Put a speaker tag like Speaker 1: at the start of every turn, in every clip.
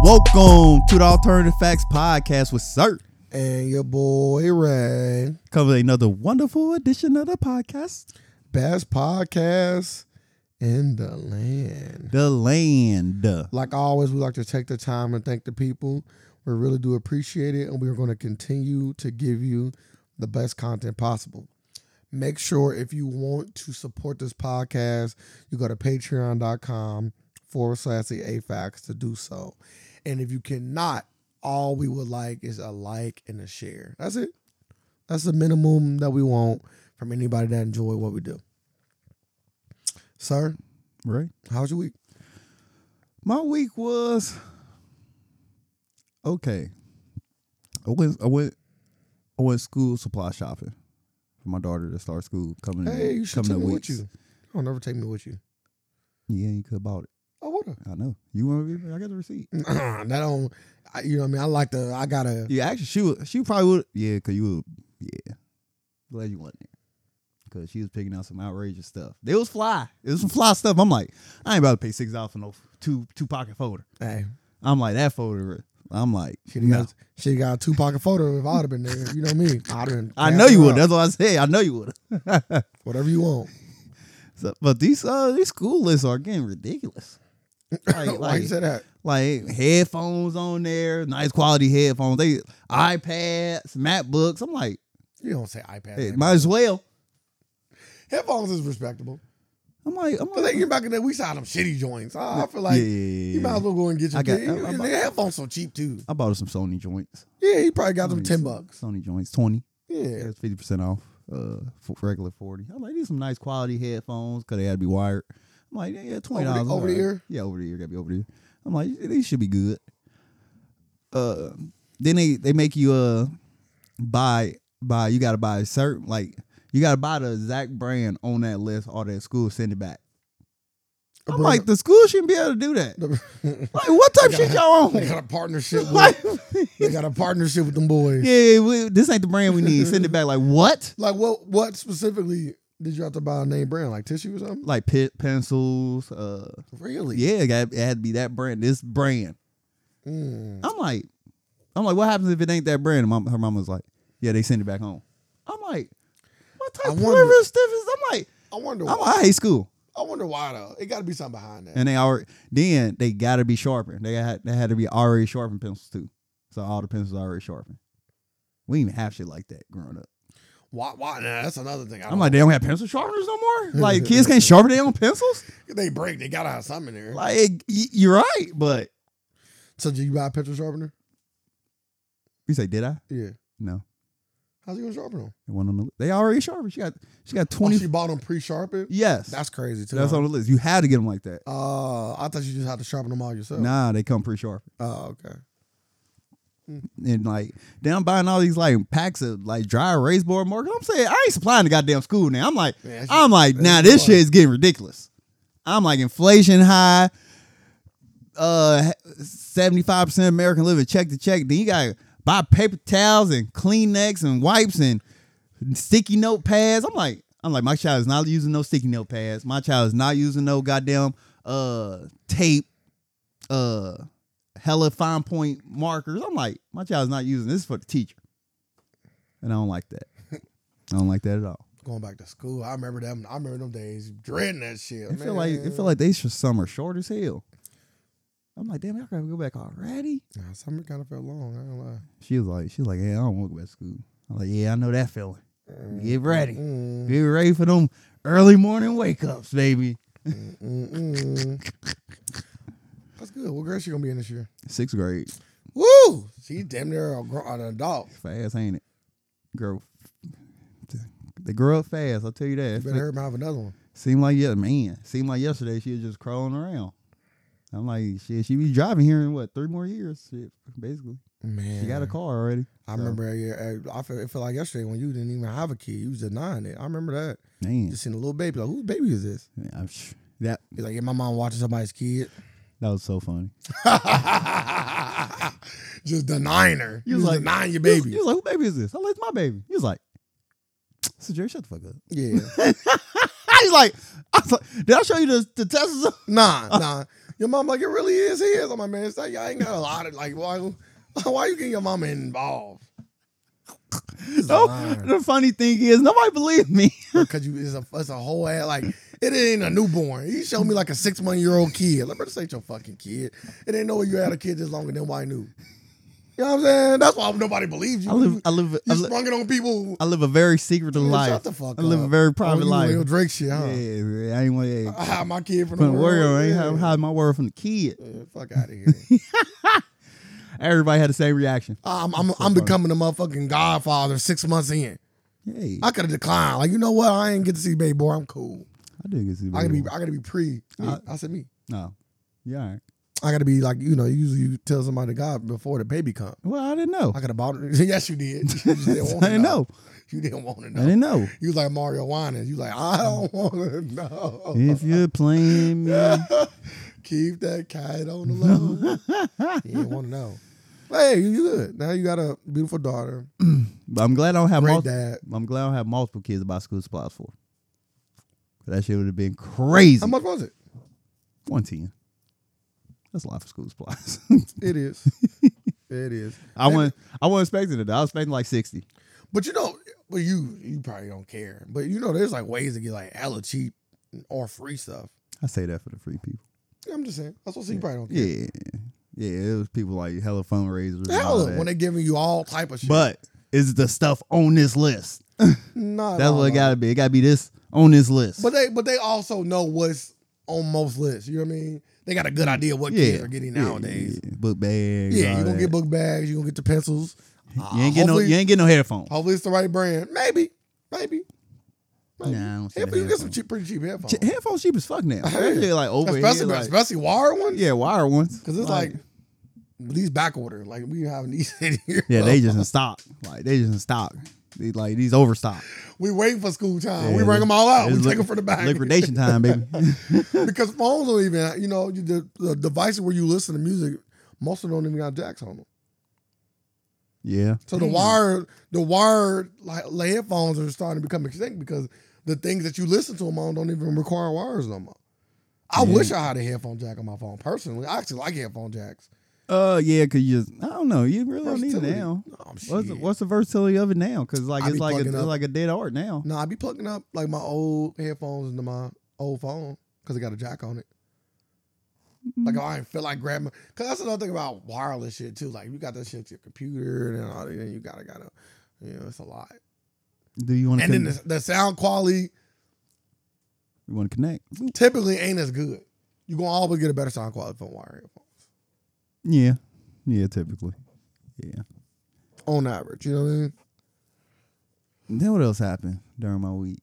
Speaker 1: Welcome to the Alternative Facts Podcast with Sir.
Speaker 2: and your boy Ray.
Speaker 1: Comes another wonderful edition of the podcast.
Speaker 2: Best podcast in the land.
Speaker 1: The land.
Speaker 2: Like always, we like to take the time and thank the people. We really do appreciate it, and we are going to continue to give you the best content possible. Make sure if you want to support this podcast, you go to patreon.com forward slash the AFAX to do so. And if you cannot, all we would like is a like and a share. That's it. That's the minimum that we want from anybody that enjoy what we do. Sir,
Speaker 1: Right.
Speaker 2: how's your week?
Speaker 1: My week was okay. I went I went I went school supply shopping for my daughter to start school coming in.
Speaker 2: Hey, you should
Speaker 1: coming
Speaker 2: take
Speaker 1: in
Speaker 2: me
Speaker 1: Mm-hmm. weeks.
Speaker 2: with you. Don't never take me with you.
Speaker 1: Yeah, you could bought it.
Speaker 2: I would
Speaker 1: I know. You want to be I got the receipt.
Speaker 2: have. that don't. I, you know what I mean? I like the. I gotta.
Speaker 1: Yeah, actually, she would. She probably would. Yeah, cause you would. Yeah, glad you wasn't there, cause she was picking out some outrageous stuff. It was fly. It was some fly stuff. I'm like, I ain't about to pay six dollars for no two two pocket folder.
Speaker 2: Hey,
Speaker 1: I'm like that folder. I'm like,
Speaker 2: she
Speaker 1: no.
Speaker 2: got. She got a two pocket photo. If I'd have been there, you know me. I'd have been.
Speaker 1: I know you would.
Speaker 2: passing her out.
Speaker 1: That's what I said. I know you would.
Speaker 2: Whatever you want.
Speaker 1: So, but these uh these school lists are getting ridiculous. Like,
Speaker 2: Why you
Speaker 1: like,
Speaker 2: say that?
Speaker 1: like headphones on there, nice quality headphones. They iPads, MacBooks. I'm like,
Speaker 2: You don't say iPad.
Speaker 1: hey,
Speaker 2: man.
Speaker 1: might as well.
Speaker 2: Headphones is respectable.
Speaker 1: I'm like, I'm
Speaker 2: But
Speaker 1: like,
Speaker 2: they get back in there, we saw them shitty joints. Ah, I I feel like
Speaker 1: Yeah, yeah, yeah,
Speaker 2: you might
Speaker 1: yeah.
Speaker 2: as well go and get your.
Speaker 1: I got-
Speaker 2: kid.
Speaker 1: I- I-
Speaker 2: And their headphones so cheap too.
Speaker 1: I bought her some Sony joints.
Speaker 2: Yeah, he probably got
Speaker 1: Sony-
Speaker 2: them ten bucks.
Speaker 1: Sony joints, twenty.
Speaker 2: Yeah,
Speaker 1: That's fifty percent off. Uh, for regular forty. I'm like, these some nice quality headphones because they had to be wired. I'm like, yeah, yeah twenty dollars
Speaker 2: over the ear?
Speaker 1: Yeah, over the ear. Got to be over the ear. I'm like, these should be good. Uh, then they they make you uh buy buy. You got to buy a certain like you got to buy the exact brand on that list. All that school send it back.
Speaker 2: A
Speaker 1: I'm
Speaker 2: brand-
Speaker 1: like, the school shouldn't be able to do that. Like, what type shit y'all on?
Speaker 2: they got a partnership.
Speaker 1: Like,
Speaker 2: With, they got a partnership with them boys.
Speaker 1: yeah, we, this ain't the brand we need. Send it back. Like what?
Speaker 2: Like what? What specifically did you have to buy a name brand like tissue or something?
Speaker 1: like pe- pencils. Uh,
Speaker 2: Really?
Speaker 1: yeah, it, got, it had to be that brand. This brand.
Speaker 2: Mm.
Speaker 1: I'm like, I'm like, what happens if it ain't that brand? And mom, her mom was like, yeah, they send it back home. I'm like, what
Speaker 2: I
Speaker 1: type of
Speaker 2: wonder-
Speaker 1: privilege stuff is? I'm like,
Speaker 2: I wonder.
Speaker 1: I'm
Speaker 2: Why,
Speaker 1: like, I hate school.
Speaker 2: I wonder why though. It got to be something behind that.
Speaker 1: And they already then they gotta be sharpened. They had they had to be already sharpened pencils too. So all the pencils already sharpened. We didn't even have shit like that growing up.
Speaker 2: Why? Why? Nah, that's another thing. I
Speaker 1: I'm like, they don't have pencil sharpeners no more. Like kids can't sharpen their own pencils.
Speaker 2: they break. They gotta have something in there.
Speaker 1: Like y- you're right, but
Speaker 2: so did you buy a pencil sharpener?
Speaker 1: you say, did I?
Speaker 2: Yeah.
Speaker 1: No.
Speaker 2: How's you gonna sharpen them?
Speaker 1: They want on the li- They already sharpened. She got she got
Speaker 2: Oh,
Speaker 1: twenty.
Speaker 2: she bought them pre-sharpened.
Speaker 1: yes, that's
Speaker 2: That's crazy too.
Speaker 1: that's
Speaker 2: huh?
Speaker 1: on the list. You had to get them like that.
Speaker 2: uh, I thought you just had to sharpen them all yourself.
Speaker 1: Nah, they come pretty sharp.
Speaker 2: Oh, okay.
Speaker 1: And like, then I'm buying all these like packs of like dry erase board markers. I'm saying I ain't supplying the goddamn school now. I'm like,
Speaker 2: Yeah, that's-
Speaker 1: I'm like,
Speaker 2: that's
Speaker 1: now nah, this
Speaker 2: fine.
Speaker 1: shit is getting ridiculous. I'm like, inflation high. Uh, seventy five percent American living check to check. Then you got to buy paper towels and Kleenex and wipes and sticky note pads. I'm like, I'm like, my child is not using no sticky note pads. My child is not using no goddamn uh tape, uh hella fine point markers. I'm like, my child's not using this for the teacher. And I don't like that. I don't like that at all.
Speaker 2: Going back to school, I remember them. I remember them days dreading that shit.
Speaker 1: It feel like it feel like they should summer short as hell. I'm like, damn, I gotta go back already.
Speaker 2: Nah, summer kind of felt long. I ain't gonna lie.
Speaker 1: She was like, she was like, yeah, I don't want to go back to school. I'm like, yeah, I know that feeling. Get ready.
Speaker 2: Mm,
Speaker 1: Get ready for them early morning wake ups, baby.
Speaker 2: mm, mm. That's good. What grade she gonna be in this year?
Speaker 1: Sixth grade.
Speaker 2: Woo! She's damn near a gro- an adult.
Speaker 1: Fast, ain't it? Girl. They grow up fast, I'll tell you that.
Speaker 2: You better hurry up and have another one.
Speaker 1: Seemed like yeah, man. Seemed like yesterday she was just crawling around. I'm like, shit, she be driving here in what three more years? Shit, basically,
Speaker 2: Man,
Speaker 1: she got a car already.
Speaker 2: I
Speaker 1: so.
Speaker 2: remember. uh, Yeah, I feel, it felt like yesterday when you didn't even have a kid. You was denying it. I remember that.
Speaker 1: Man,
Speaker 2: Just seen a little baby. Like, whose baby is this?
Speaker 1: man, I'm sh- that
Speaker 2: He's like, yeah, my mom watching somebody's kid.
Speaker 1: that was so funny.
Speaker 2: just denying her.
Speaker 1: You
Speaker 2: You
Speaker 1: was
Speaker 2: was
Speaker 1: like-
Speaker 2: denying your
Speaker 1: Baby,
Speaker 2: baby.
Speaker 1: he was like, who baby is this? I like "It's my baby. He was like, so Jerry, shut the fuck up.
Speaker 2: yeah.
Speaker 1: He's like, I was like, did I show you the, the Tesla?
Speaker 2: Nah, nah. Your mom like it really is his. I'm like, man, it's not, y'all ain't got a lot of like why why you getting your mama involved? It's a
Speaker 1: No,
Speaker 2: line.
Speaker 1: the funny thing is, nobody believed me.
Speaker 2: Because you it's a it's a whole ass like it ain't a newborn. You showed me like a six month year old kid. Like, bro, this ain't your fucking kid. It ain't no way you had a kid this longer than why I knew. You know what I'm saying? That's why nobody believes you.
Speaker 1: I live, I live, I
Speaker 2: you
Speaker 1: live,
Speaker 2: sprung it on people.
Speaker 1: I live a very secretive
Speaker 2: Man,
Speaker 1: life.
Speaker 2: Shut the fuck
Speaker 1: I live
Speaker 2: up.
Speaker 1: a very
Speaker 2: Oh,
Speaker 1: private
Speaker 2: you
Speaker 1: life.
Speaker 2: Real Drake shit, huh?
Speaker 1: Yeah, yeah, I ain't want to
Speaker 2: I hide my kid from,
Speaker 1: from
Speaker 2: the
Speaker 1: the
Speaker 2: world.
Speaker 1: world. I ain't
Speaker 2: yeah.
Speaker 1: hide- hide my word from the kid.
Speaker 2: Yeah, fuck out of here.
Speaker 1: Everybody had the same reaction.
Speaker 2: I'm, I'm, I'm becoming a motherfucking godfather six months in.
Speaker 1: Hey, I,
Speaker 2: I could have declined. Like, you know what? I ain't get to see baby boy. I'm cool.
Speaker 1: did get to see.
Speaker 2: I gotta
Speaker 1: Baby
Speaker 2: be I gotta be pre. me.
Speaker 1: I-
Speaker 2: I, said me.
Speaker 1: No, yeah. all right.
Speaker 2: I gotta be like, you know, usually you tell somebody God before the baby come.
Speaker 1: Well, I didn't know.
Speaker 2: I could have bought it. yes, you did. You just didn't want
Speaker 1: I
Speaker 2: to
Speaker 1: didn't
Speaker 2: know.
Speaker 1: know.
Speaker 2: You didn't want to
Speaker 1: I
Speaker 2: know.
Speaker 1: didn't Mm. know.
Speaker 2: You was like Mario Winans. You like, I don't want to know.
Speaker 1: If you're playing me,
Speaker 2: Keep that kite on the low. you didn't want to know. But hey, you you good. Now you got a beautiful daughter,
Speaker 1: but I'm glad I don't have.
Speaker 2: great
Speaker 1: multi-
Speaker 2: dad.
Speaker 1: I'm glad I don't have multiple kids to buy school supplies for. 'Cause That shit would have been crazy.
Speaker 2: How much was it?
Speaker 1: One ten. That's a lot for school supplies.
Speaker 2: It is. it is.
Speaker 1: I wasn't. I wasn't expecting it. I was expecting like sixty.
Speaker 2: But you know, well, you you probably don't care. But you know, there's like ways to get like hella cheap or free stuff.
Speaker 1: I say that for the free people.
Speaker 2: I'm just saying. That's what you probably don't care.
Speaker 1: Yeah, yeah. It was people like hella fundraisers. and all
Speaker 2: Hella,
Speaker 1: that.
Speaker 2: when they giving you all type of shit.
Speaker 1: but is the stuff on this list?
Speaker 2: not
Speaker 1: That's
Speaker 2: all
Speaker 1: what it
Speaker 2: of
Speaker 1: gotta be. It gotta be this on this list.
Speaker 2: But they but they also know what's on most lists. You know what I mean? They got a good idea what kids are getting
Speaker 1: yeah,
Speaker 2: nowadays.
Speaker 1: yeah. book bags.
Speaker 2: Yeah,
Speaker 1: all
Speaker 2: you're gonna
Speaker 1: that.
Speaker 2: get book bags. You're gonna get the pencils. Uh,
Speaker 1: You ain't get no.
Speaker 2: hopefully- Oh.
Speaker 1: You ain't get no headphones.
Speaker 2: Hopefully it's the right brand. Maybe, maybe. maybe.
Speaker 1: Nah, I don't see the
Speaker 2: Hopefully you get some
Speaker 1: headphones.
Speaker 2: cheap, pretty cheap headphones.
Speaker 1: Ch- Headphones cheap as fuck now. That shit, like over here,
Speaker 2: especially
Speaker 1: like,
Speaker 2: especially wired ones.
Speaker 1: yeah, wire ones.
Speaker 2: because it's like, these back order. Like we have these in here.
Speaker 1: yeah, they just in stock. Like they just in stock. They, like these overstock.
Speaker 2: we waiting for school time.
Speaker 1: Yeah,
Speaker 2: we bring
Speaker 1: they-
Speaker 2: them all out. Oh, We
Speaker 1: It's
Speaker 2: take
Speaker 1: liq-
Speaker 2: them from the back
Speaker 1: Liquidation time, baby.
Speaker 2: because phones don't even. You know, you- the, the devices where you listen to music, most of them don't even got jacks on them.
Speaker 1: yeah.
Speaker 2: So the
Speaker 1: Damn.
Speaker 2: wired, the wired like like headphones are starting to become extinct because the things that you listen to them on don't even require wires no more. I
Speaker 1: Yeah.
Speaker 2: wish I had a headphone jack on my phone personally. I actually like headphone jacks.
Speaker 1: Uh, yeah, cause you just I don't know. You really don't need it
Speaker 2: Versatility.
Speaker 1: now.
Speaker 2: Oh,
Speaker 1: What's the,
Speaker 2: shit.
Speaker 1: what's the versatility of it now? Cause like
Speaker 2: I
Speaker 1: it's
Speaker 2: be
Speaker 1: like a,
Speaker 2: plugging
Speaker 1: it's
Speaker 2: up.
Speaker 1: like a dead art now.
Speaker 2: No, I be plugging up like my old headphones into my old phone because it got a jack on it. Like I ain't feel like grabbing. Cause that's another thing about wireless shit too. Like you got that shit to your computer and all that. And you gotta gotta, you know, it's a lot.
Speaker 1: Do you want to?
Speaker 2: And then the, the sound quality
Speaker 1: you want to connect?
Speaker 2: typically ain't as good. You gonna always get a better sound quality from wired headphones
Speaker 1: Yeah, yeah. Typically, yeah.
Speaker 2: on average. You know what I mean?
Speaker 1: Then what else happened during my week?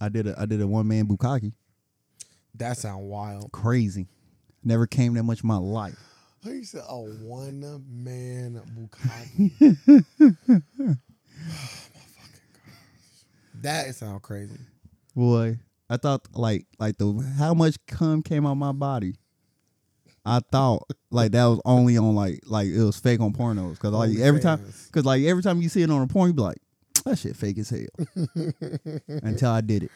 Speaker 1: I did a I did a one man bukkake.
Speaker 2: That sound wild.
Speaker 1: Crazy. Never came that much in my life.
Speaker 2: He said a one man bukkake. that sound crazy.
Speaker 1: Boy, I thought like like the how much cum came out my body. I thought like that was only on like like it was fake on pornos because like
Speaker 2: Only
Speaker 1: every time
Speaker 2: fans.
Speaker 1: because like every time you see it on a porn you be like that shit fake as hell until I did it.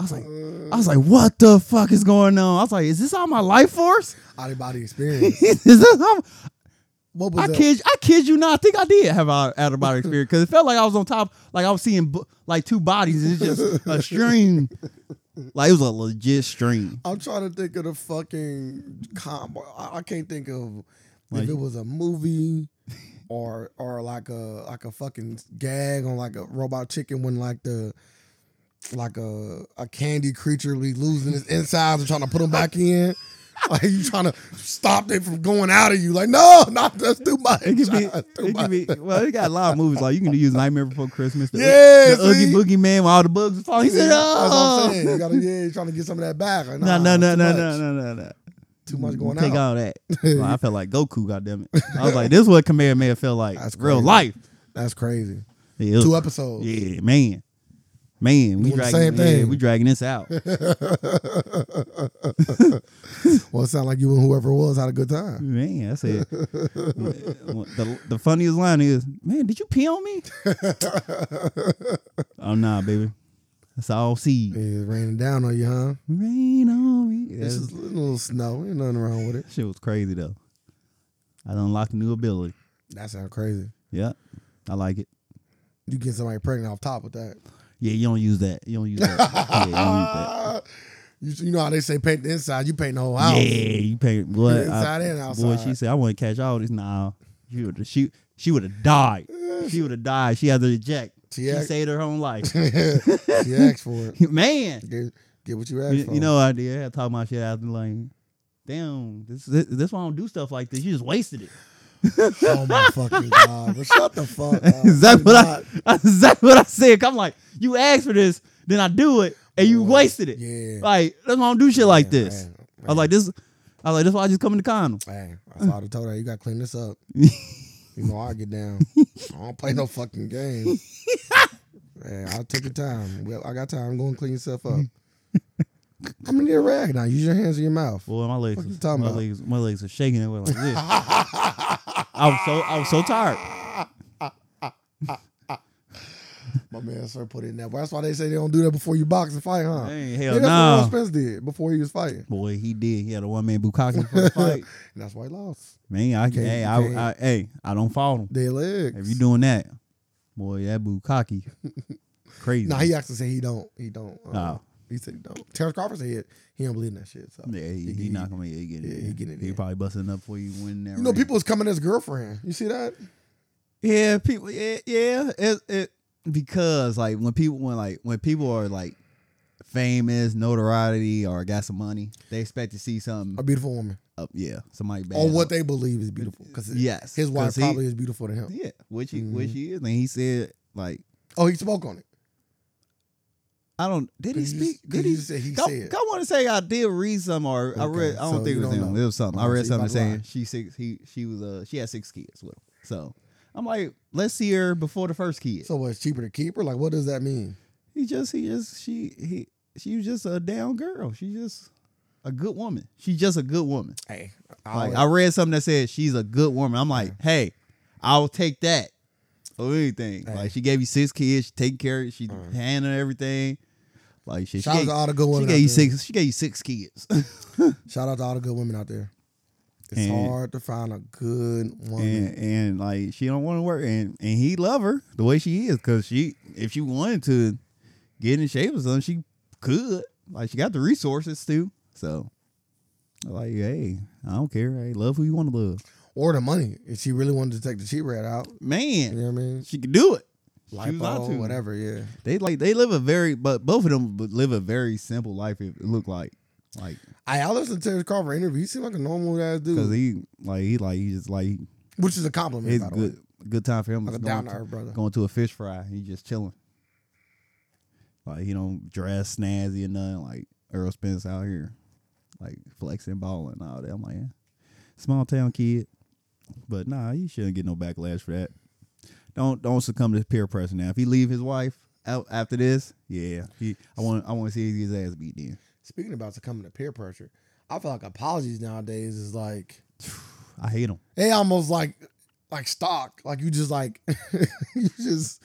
Speaker 1: I was like I
Speaker 2: Uh.
Speaker 1: was like what the fuck is going on? I was like is this all my life force?
Speaker 2: Out of body experience.
Speaker 1: is this all
Speaker 2: What was
Speaker 1: I
Speaker 2: that?
Speaker 1: kid, I kid you not. I think I did have an out of body experience because it felt like I was on top, like I was seeing bu- like two bodies. and It's just a stream, like it was a legit stream.
Speaker 2: I'm trying to think of the fucking combo. I, I can't think of
Speaker 1: Like-
Speaker 2: if it was a movie or or like a like a fucking gag on like a robot chicken when like the like a a candy creature be losing his insides and trying to put them back in. Like you trying to stop it from going out of you. Like no, not that's too much.
Speaker 1: It could be,
Speaker 2: That's too
Speaker 1: it could
Speaker 2: much.
Speaker 1: be. Well, it got a lot of movies. Like you can use Nightmare Before Christmas. The,
Speaker 2: Yeah,
Speaker 1: the Oogie
Speaker 2: see?
Speaker 1: Boogie Man, where all the bugs was falling. He said,
Speaker 2: That's what I'm
Speaker 1: "Oh,
Speaker 2: saying. You gotta, yeah, you're trying to get some of that back. Like,
Speaker 1: no, no,
Speaker 2: nah,
Speaker 1: no,
Speaker 2: too
Speaker 1: no,
Speaker 2: much.
Speaker 1: no, no, no, no."
Speaker 2: Too much going
Speaker 1: Take
Speaker 2: out.
Speaker 1: all that. Well, I felt like Goku. Goddamn it! I was like, "This is what Kamehameha May felt like.
Speaker 2: That's
Speaker 1: real
Speaker 2: crazy.
Speaker 1: life."
Speaker 2: That's crazy.
Speaker 1: Yeah, it was-
Speaker 2: Two episodes.
Speaker 1: Yeah, man. Man, we
Speaker 2: Doing the
Speaker 1: dragging,
Speaker 2: same
Speaker 1: yeah,
Speaker 2: thing.
Speaker 1: we dragging this out.
Speaker 2: Well, it sounded like you and whoever it was had a good time.
Speaker 1: Man, I said the, the funniest line is, man, did you pee on me? oh nah, baby. That's all seed.
Speaker 2: It's raining down on you, huh?
Speaker 1: Rain on me.
Speaker 2: This is a little snow. Ain't nothing wrong with it.
Speaker 1: That shit was crazy though. I unlocked a new ability.
Speaker 2: That sounds crazy.
Speaker 1: Yeah, I like it.
Speaker 2: You get somebody pregnant off top of that.
Speaker 1: Yeah, you don't use that. You don't use that. yeah, you, don't
Speaker 2: Ah, you, you know how they say paint the inside, you paint the whole house.
Speaker 1: use that. yeah, you pay what?
Speaker 2: Inside and
Speaker 1: Boy,
Speaker 2: outside.
Speaker 1: she said I want to catch all this. Nah, she would have she she would have died. She would have died. She had to eject. She
Speaker 2: Yeah.
Speaker 1: saved her own life.
Speaker 2: she asked for it.
Speaker 1: Man,
Speaker 2: Get, get what you asked
Speaker 1: you,
Speaker 2: for.
Speaker 1: you know I did. I talk my shit out and like, damn, this this, this why I don't do stuff like this. You just wasted it.
Speaker 2: Oh my fucking god! But shut the fuck up.
Speaker 1: exactly
Speaker 2: You're
Speaker 1: what I
Speaker 2: not-
Speaker 1: that's exactly what I said. 'Cause I'm like, you asked for this, then I do it, and you
Speaker 2: Boy,
Speaker 1: wasted it.
Speaker 2: Yeah.
Speaker 1: Like that's why I don't do shit like
Speaker 2: Man,
Speaker 1: this.
Speaker 2: man,
Speaker 1: I was like this. I was like, that's why I just come in the condom.
Speaker 2: man, I
Speaker 1: Mm.
Speaker 2: thought I told her you gotta clean this up. You know I get down. I don't play no fucking game. man, I'll take your time. Well, I got time. Go and clean yourself up. I'm gonna need a rag now. Use your hands in your mouth.
Speaker 1: Boy, my legs,
Speaker 2: What you
Speaker 1: was, my
Speaker 2: talking about?
Speaker 1: legs, my legs are shaking. It was like this. I was so, I was so tired.
Speaker 2: My man, sir, put it in that. That's why they say they don't do that before you box and fight, huh?
Speaker 1: Dang,
Speaker 2: Yeah,
Speaker 1: hell
Speaker 2: that's
Speaker 1: no.
Speaker 2: what Will Spence did before he was fighting.
Speaker 1: Boy, he did. He had a one man bukkake for the fight.
Speaker 2: And that's why he lost.
Speaker 1: Man, I,
Speaker 2: Can't-
Speaker 1: hey,
Speaker 2: you
Speaker 1: I,
Speaker 2: can't.
Speaker 1: I, hey, I don't fault him.
Speaker 2: Their legs.
Speaker 1: If you doing that, boy, that bukkake, crazy.
Speaker 2: Nah, he actually said he don't. He don't. Um,
Speaker 1: Oh.
Speaker 2: He said he don't. Terrence Crawford said he don't believe in that shit. So
Speaker 1: yeah, he, he not gonna yeah, he get it.
Speaker 2: yeah, he get it
Speaker 1: He
Speaker 2: in.
Speaker 1: probably busting up for you when that.
Speaker 2: You know,
Speaker 1: ring.
Speaker 2: people was coming as girlfriend. You see that?
Speaker 1: Yeah, people. Yeah, yeah. It, it because like when people when like when people are like famous, notoriety, or got some money, they expect to see
Speaker 2: A
Speaker 1: something.
Speaker 2: beautiful woman,
Speaker 1: Up, yeah, somebody bad.
Speaker 2: or what
Speaker 1: up.
Speaker 2: they believe is beautiful. Because
Speaker 1: Yes,
Speaker 2: his wife
Speaker 1: 'cause he-
Speaker 2: probably is beautiful to him.
Speaker 1: Yeah, which he which
Speaker 2: Mm-hmm.
Speaker 1: he is, and he said like
Speaker 2: Oh, he spoke on it.
Speaker 1: I don't. Did he
Speaker 2: Could you just-
Speaker 1: speak?
Speaker 2: could
Speaker 1: Did
Speaker 2: you
Speaker 1: he?
Speaker 2: just say he
Speaker 1: I,
Speaker 2: said?
Speaker 1: I want to say I did read some or I
Speaker 2: Okay,
Speaker 1: read. I don't
Speaker 2: so
Speaker 1: think it
Speaker 2: you
Speaker 1: was
Speaker 2: don't
Speaker 1: him.
Speaker 2: know.
Speaker 1: It was something. I
Speaker 2: Okay,
Speaker 1: read
Speaker 2: so you
Speaker 1: something
Speaker 2: about to
Speaker 1: saying
Speaker 2: lie.
Speaker 1: she six. He she was uh she had six kids with him. So I'm like, let's see her before the first kid.
Speaker 2: So what, it's cheaper to keep her? Like, what does that mean?
Speaker 1: He just he just she he she was just a down girl. She just a good woman. She's just a good woman.
Speaker 2: Hey,
Speaker 1: Like
Speaker 2: Oh.
Speaker 1: I read something that said she's a good woman. I'm like, hey, I'll take that or anything.
Speaker 2: Hey. Mm-hmm.
Speaker 1: Like she gave you six kids, she take care of, she handled everything. Like shit, she,
Speaker 2: shout out
Speaker 1: gave,
Speaker 2: to all the good
Speaker 1: she
Speaker 2: women.
Speaker 1: gave you
Speaker 2: out there.
Speaker 1: six. She gave you six kids.
Speaker 2: Shout out to all the good women out there. It's
Speaker 1: And-
Speaker 2: hard to find a good woman.
Speaker 1: and and like she don't want to work and and he love her the way she is because she if she wanted to get in shape or something she could like she got the resources too so like hey i don't care hey love who you want to love
Speaker 2: or the money. If she really wanted to take the cheap rat out,
Speaker 1: man
Speaker 2: you know what I mean?
Speaker 1: she could do it She was out
Speaker 2: Lipo,
Speaker 1: to.
Speaker 2: whatever, yeah.
Speaker 1: they like they live a very but both of them would live a very simple life it looked like like
Speaker 2: I, I listened to Terrence Crawford interview. He seemed like a normal ass
Speaker 1: because
Speaker 2: dude,
Speaker 1: he like he like he just like
Speaker 2: which is a compliment.
Speaker 1: it's
Speaker 2: by the way.
Speaker 1: good good time for him
Speaker 2: Like a
Speaker 1: It's going
Speaker 2: down to
Speaker 1: to-
Speaker 2: earth brother.
Speaker 1: going to a fish fry. He just chilling. Like he don't dress snazzy or nothing. Like Earl Spence out here, like flexing, balling, and all that. I'm like, yeah. small town kid, but nah, he shouldn't get no backlash for that. Don't don't succumb to peer pressure now. If he leave his wife out after this, yeah, he I want I want to see his ass beat then.
Speaker 2: Speaking about succumbing to peer pressure, I feel like apologies nowadays is like
Speaker 1: I hate him.
Speaker 2: they almost like like stock. Like you just like you just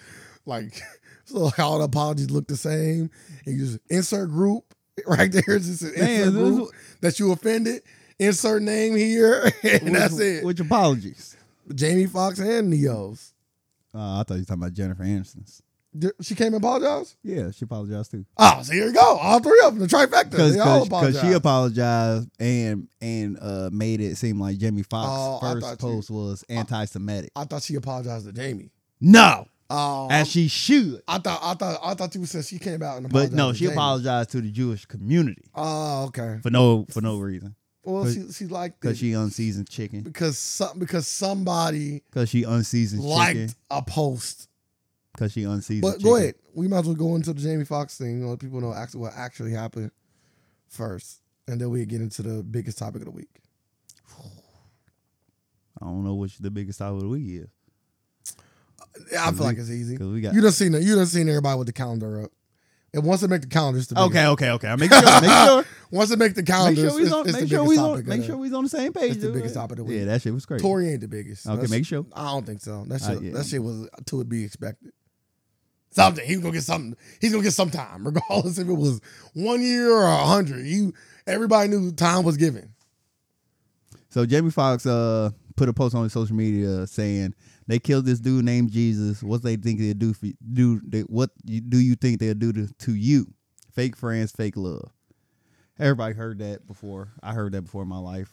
Speaker 2: like so like all the apologies look the same, and you just insert group right there. It's Just an insert
Speaker 1: Man, this is-
Speaker 2: group that you offended. Insert name here, and
Speaker 1: Which-
Speaker 2: that's it.
Speaker 1: Which apologies.
Speaker 2: Jamie Foxx and Neo's.
Speaker 1: Uh, I thought you were talking about Jennifer Aniston's.
Speaker 2: Did- She came and apologized.
Speaker 1: Yeah, she apologized too.
Speaker 2: Oh, so here you go. All three of them, the trifecta.
Speaker 1: because
Speaker 2: They all
Speaker 1: because
Speaker 2: apologized.
Speaker 1: she apologized and and uh made it seem like Jamie Foxx's
Speaker 2: Oh, I
Speaker 1: first
Speaker 2: thought you- Oh.
Speaker 1: post was anti-Semitic.
Speaker 2: I thought she apologized to Jamie.
Speaker 1: no,
Speaker 2: Oh,
Speaker 1: as she should,
Speaker 2: I thought I thought I thought you said she came out and
Speaker 1: but
Speaker 2: apologized.
Speaker 1: no,
Speaker 2: to
Speaker 1: she
Speaker 2: Jamie.
Speaker 1: apologized to the Jewish community
Speaker 2: Oh, okay.
Speaker 1: for no for no reason
Speaker 2: Well,
Speaker 1: 'Cause-
Speaker 2: she she liked it
Speaker 1: because she unseasoned chicken
Speaker 2: because some because somebody
Speaker 1: because she unseasoned chicken
Speaker 2: liked a post.
Speaker 1: because she unseasoned.
Speaker 2: But
Speaker 1: chicken.
Speaker 2: go ahead. We might as well go into the Jamie Foxx thing. Let people know actually what actually happened first, and then we get into the biggest topic of the week.
Speaker 1: I don't know which the biggest topic of the week is
Speaker 2: Yeah, I feel
Speaker 1: we-
Speaker 2: like it's easy.
Speaker 1: because we got.
Speaker 2: You done seen it. You done seen everybody with the calendar up. And once they make the calendars, the biggest-
Speaker 1: Okay, okay, okay. I make sure, make sure,
Speaker 2: Once they make the
Speaker 1: make
Speaker 2: calendars,
Speaker 1: sure we
Speaker 2: it's,
Speaker 1: on,
Speaker 2: it's
Speaker 1: make
Speaker 2: the
Speaker 1: sure
Speaker 2: biggest
Speaker 1: we
Speaker 2: topic.
Speaker 1: on,
Speaker 2: of
Speaker 1: make
Speaker 2: the-
Speaker 1: sure we on the same page.
Speaker 2: the
Speaker 1: dude.
Speaker 2: biggest topic of the
Speaker 1: Yeah,
Speaker 2: week.
Speaker 1: that shit was crazy.
Speaker 2: Tory ain't the biggest.
Speaker 1: Okay,
Speaker 2: That's-
Speaker 1: make sure.
Speaker 2: I don't think so. That
Speaker 1: Uh,
Speaker 2: shit,
Speaker 1: yeah.
Speaker 2: that shit was to be expected. Something. He's gonna get something. He's gonna get some time, regardless if it was one year or a hundred. You everybody knew time was given.
Speaker 1: So Jamie Foxx uh, put a post on his social media saying they killed this dude named Jesus. What they think they'll do for you, do they, what you, do you think they'll do to, to you? Fake friends, fake love. Everybody heard that before. I heard that before in my life.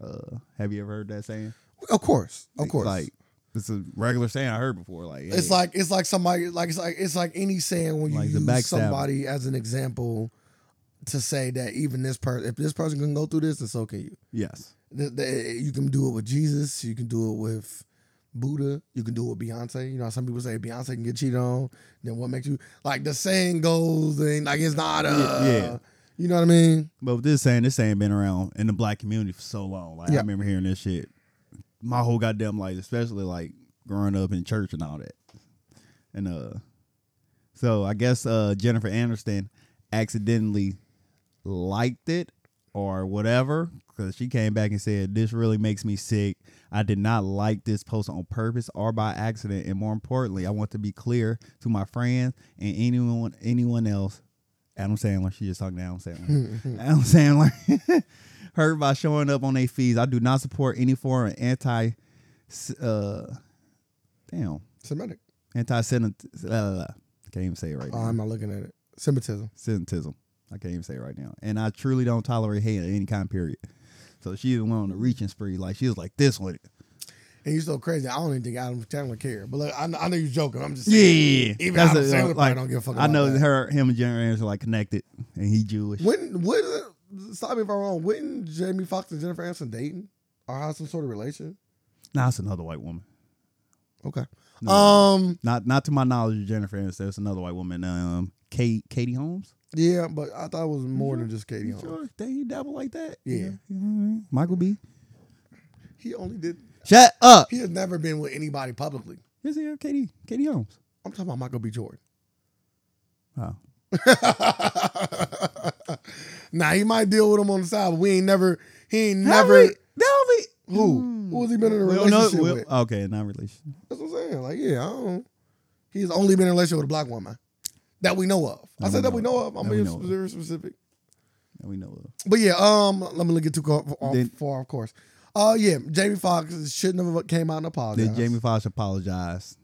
Speaker 1: Uh, have you ever heard that saying?
Speaker 2: Of course. Of course.
Speaker 1: Like it's a regular saying I heard before. Like
Speaker 2: It's
Speaker 1: hey,
Speaker 2: like it's like somebody like it's like it's like any saying when you
Speaker 1: Like the backstabber.
Speaker 2: use somebody as an example to say that even this person if this person can go through this, it's okay. You
Speaker 1: yes,
Speaker 2: Th- th- you can do it with Jesus, you can do it with Buddha, you can do it with Beyonce. You know, how some people say Beyonce can get cheated on. Then what makes you like the saying goes and like it's not a
Speaker 1: yeah.
Speaker 2: you know what I mean?
Speaker 1: but with this saying, this saying been around in the black community for so long. Like I
Speaker 2: Yeah.
Speaker 1: remember hearing this shit my whole goddamn life, especially like growing up in church and all that. And uh, so I guess uh Jennifer Anderson accidentally liked it or whatever because she came back and said this really makes me sick i did not like this post on purpose or by accident and more importantly i want to be clear to my friends and anyone anyone else adam sandler she just talking to adam sandler adam sandler hurt by showing up on their fees i do not support any form of anti s- uh damn
Speaker 2: Semitic.
Speaker 1: anti uh, can't even say it right
Speaker 2: Oh,
Speaker 1: now
Speaker 2: I'm not looking at it. Semitism.
Speaker 1: Semitism. I can't even say it right now. And I truly don't tolerate hate at any kind, period. So she went on a reaching spree. Like, she was like this with it.
Speaker 2: And you're so crazy. I don't even think Adam Sandler care. But look, I, I know you're joking. I'm just saying.
Speaker 1: Yeah.
Speaker 2: Even
Speaker 1: That's
Speaker 2: Adam
Speaker 1: a- uh,
Speaker 2: Sandler probably
Speaker 1: like,
Speaker 2: don't give a fuck
Speaker 1: I
Speaker 2: about
Speaker 1: know
Speaker 2: that.
Speaker 1: her, him and Jennifer Aniston like connected, and he Jewish.
Speaker 2: When would stop me if I'm wrong? Wouldn't Jamie Foxx and Jennifer Aniston dating or have some sort of relation?
Speaker 1: Nah, it's another white woman.
Speaker 2: Okay.
Speaker 1: No.
Speaker 2: Um.
Speaker 1: Not not to my knowledge, Jennifer Aniston. It's another white woman. Um, Kate, Katie Holmes.
Speaker 2: Yeah, but I thought it was more than just Katie
Speaker 1: You
Speaker 2: Holmes.
Speaker 1: sure? Did he dabble like that?
Speaker 2: Yeah.
Speaker 1: Mhm. Michael B.
Speaker 2: He only did.
Speaker 1: Shut up.
Speaker 2: He has never been with anybody publicly.
Speaker 1: Yes, yeah, Katie. Katie Holmes.
Speaker 2: I'm talking about Michael B. Jordan.
Speaker 1: Oh.
Speaker 2: now he might deal with him on the side, but we ain't never. He ain't
Speaker 1: How
Speaker 2: never.
Speaker 1: we- how we-
Speaker 2: Who?
Speaker 1: Hmm.
Speaker 2: Who has he been in a
Speaker 1: We don't know-
Speaker 2: relationship
Speaker 1: we-
Speaker 2: with?
Speaker 1: Okay, not relationship.
Speaker 2: That's what I'm saying. Like, yeah, I don't. He's only been in a relationship with a black woman that we know of. I
Speaker 1: That we
Speaker 2: said that
Speaker 1: know
Speaker 2: we know of. I'm
Speaker 1: That we
Speaker 2: being
Speaker 1: know of.
Speaker 2: very specific.
Speaker 1: that we know of.
Speaker 2: But yeah, um, let me look at too far, off,
Speaker 1: Did-
Speaker 2: far of course. Uh, yeah, Jamie Foxx shouldn't have came out and apologized.
Speaker 1: Did Jamie Foxx apologize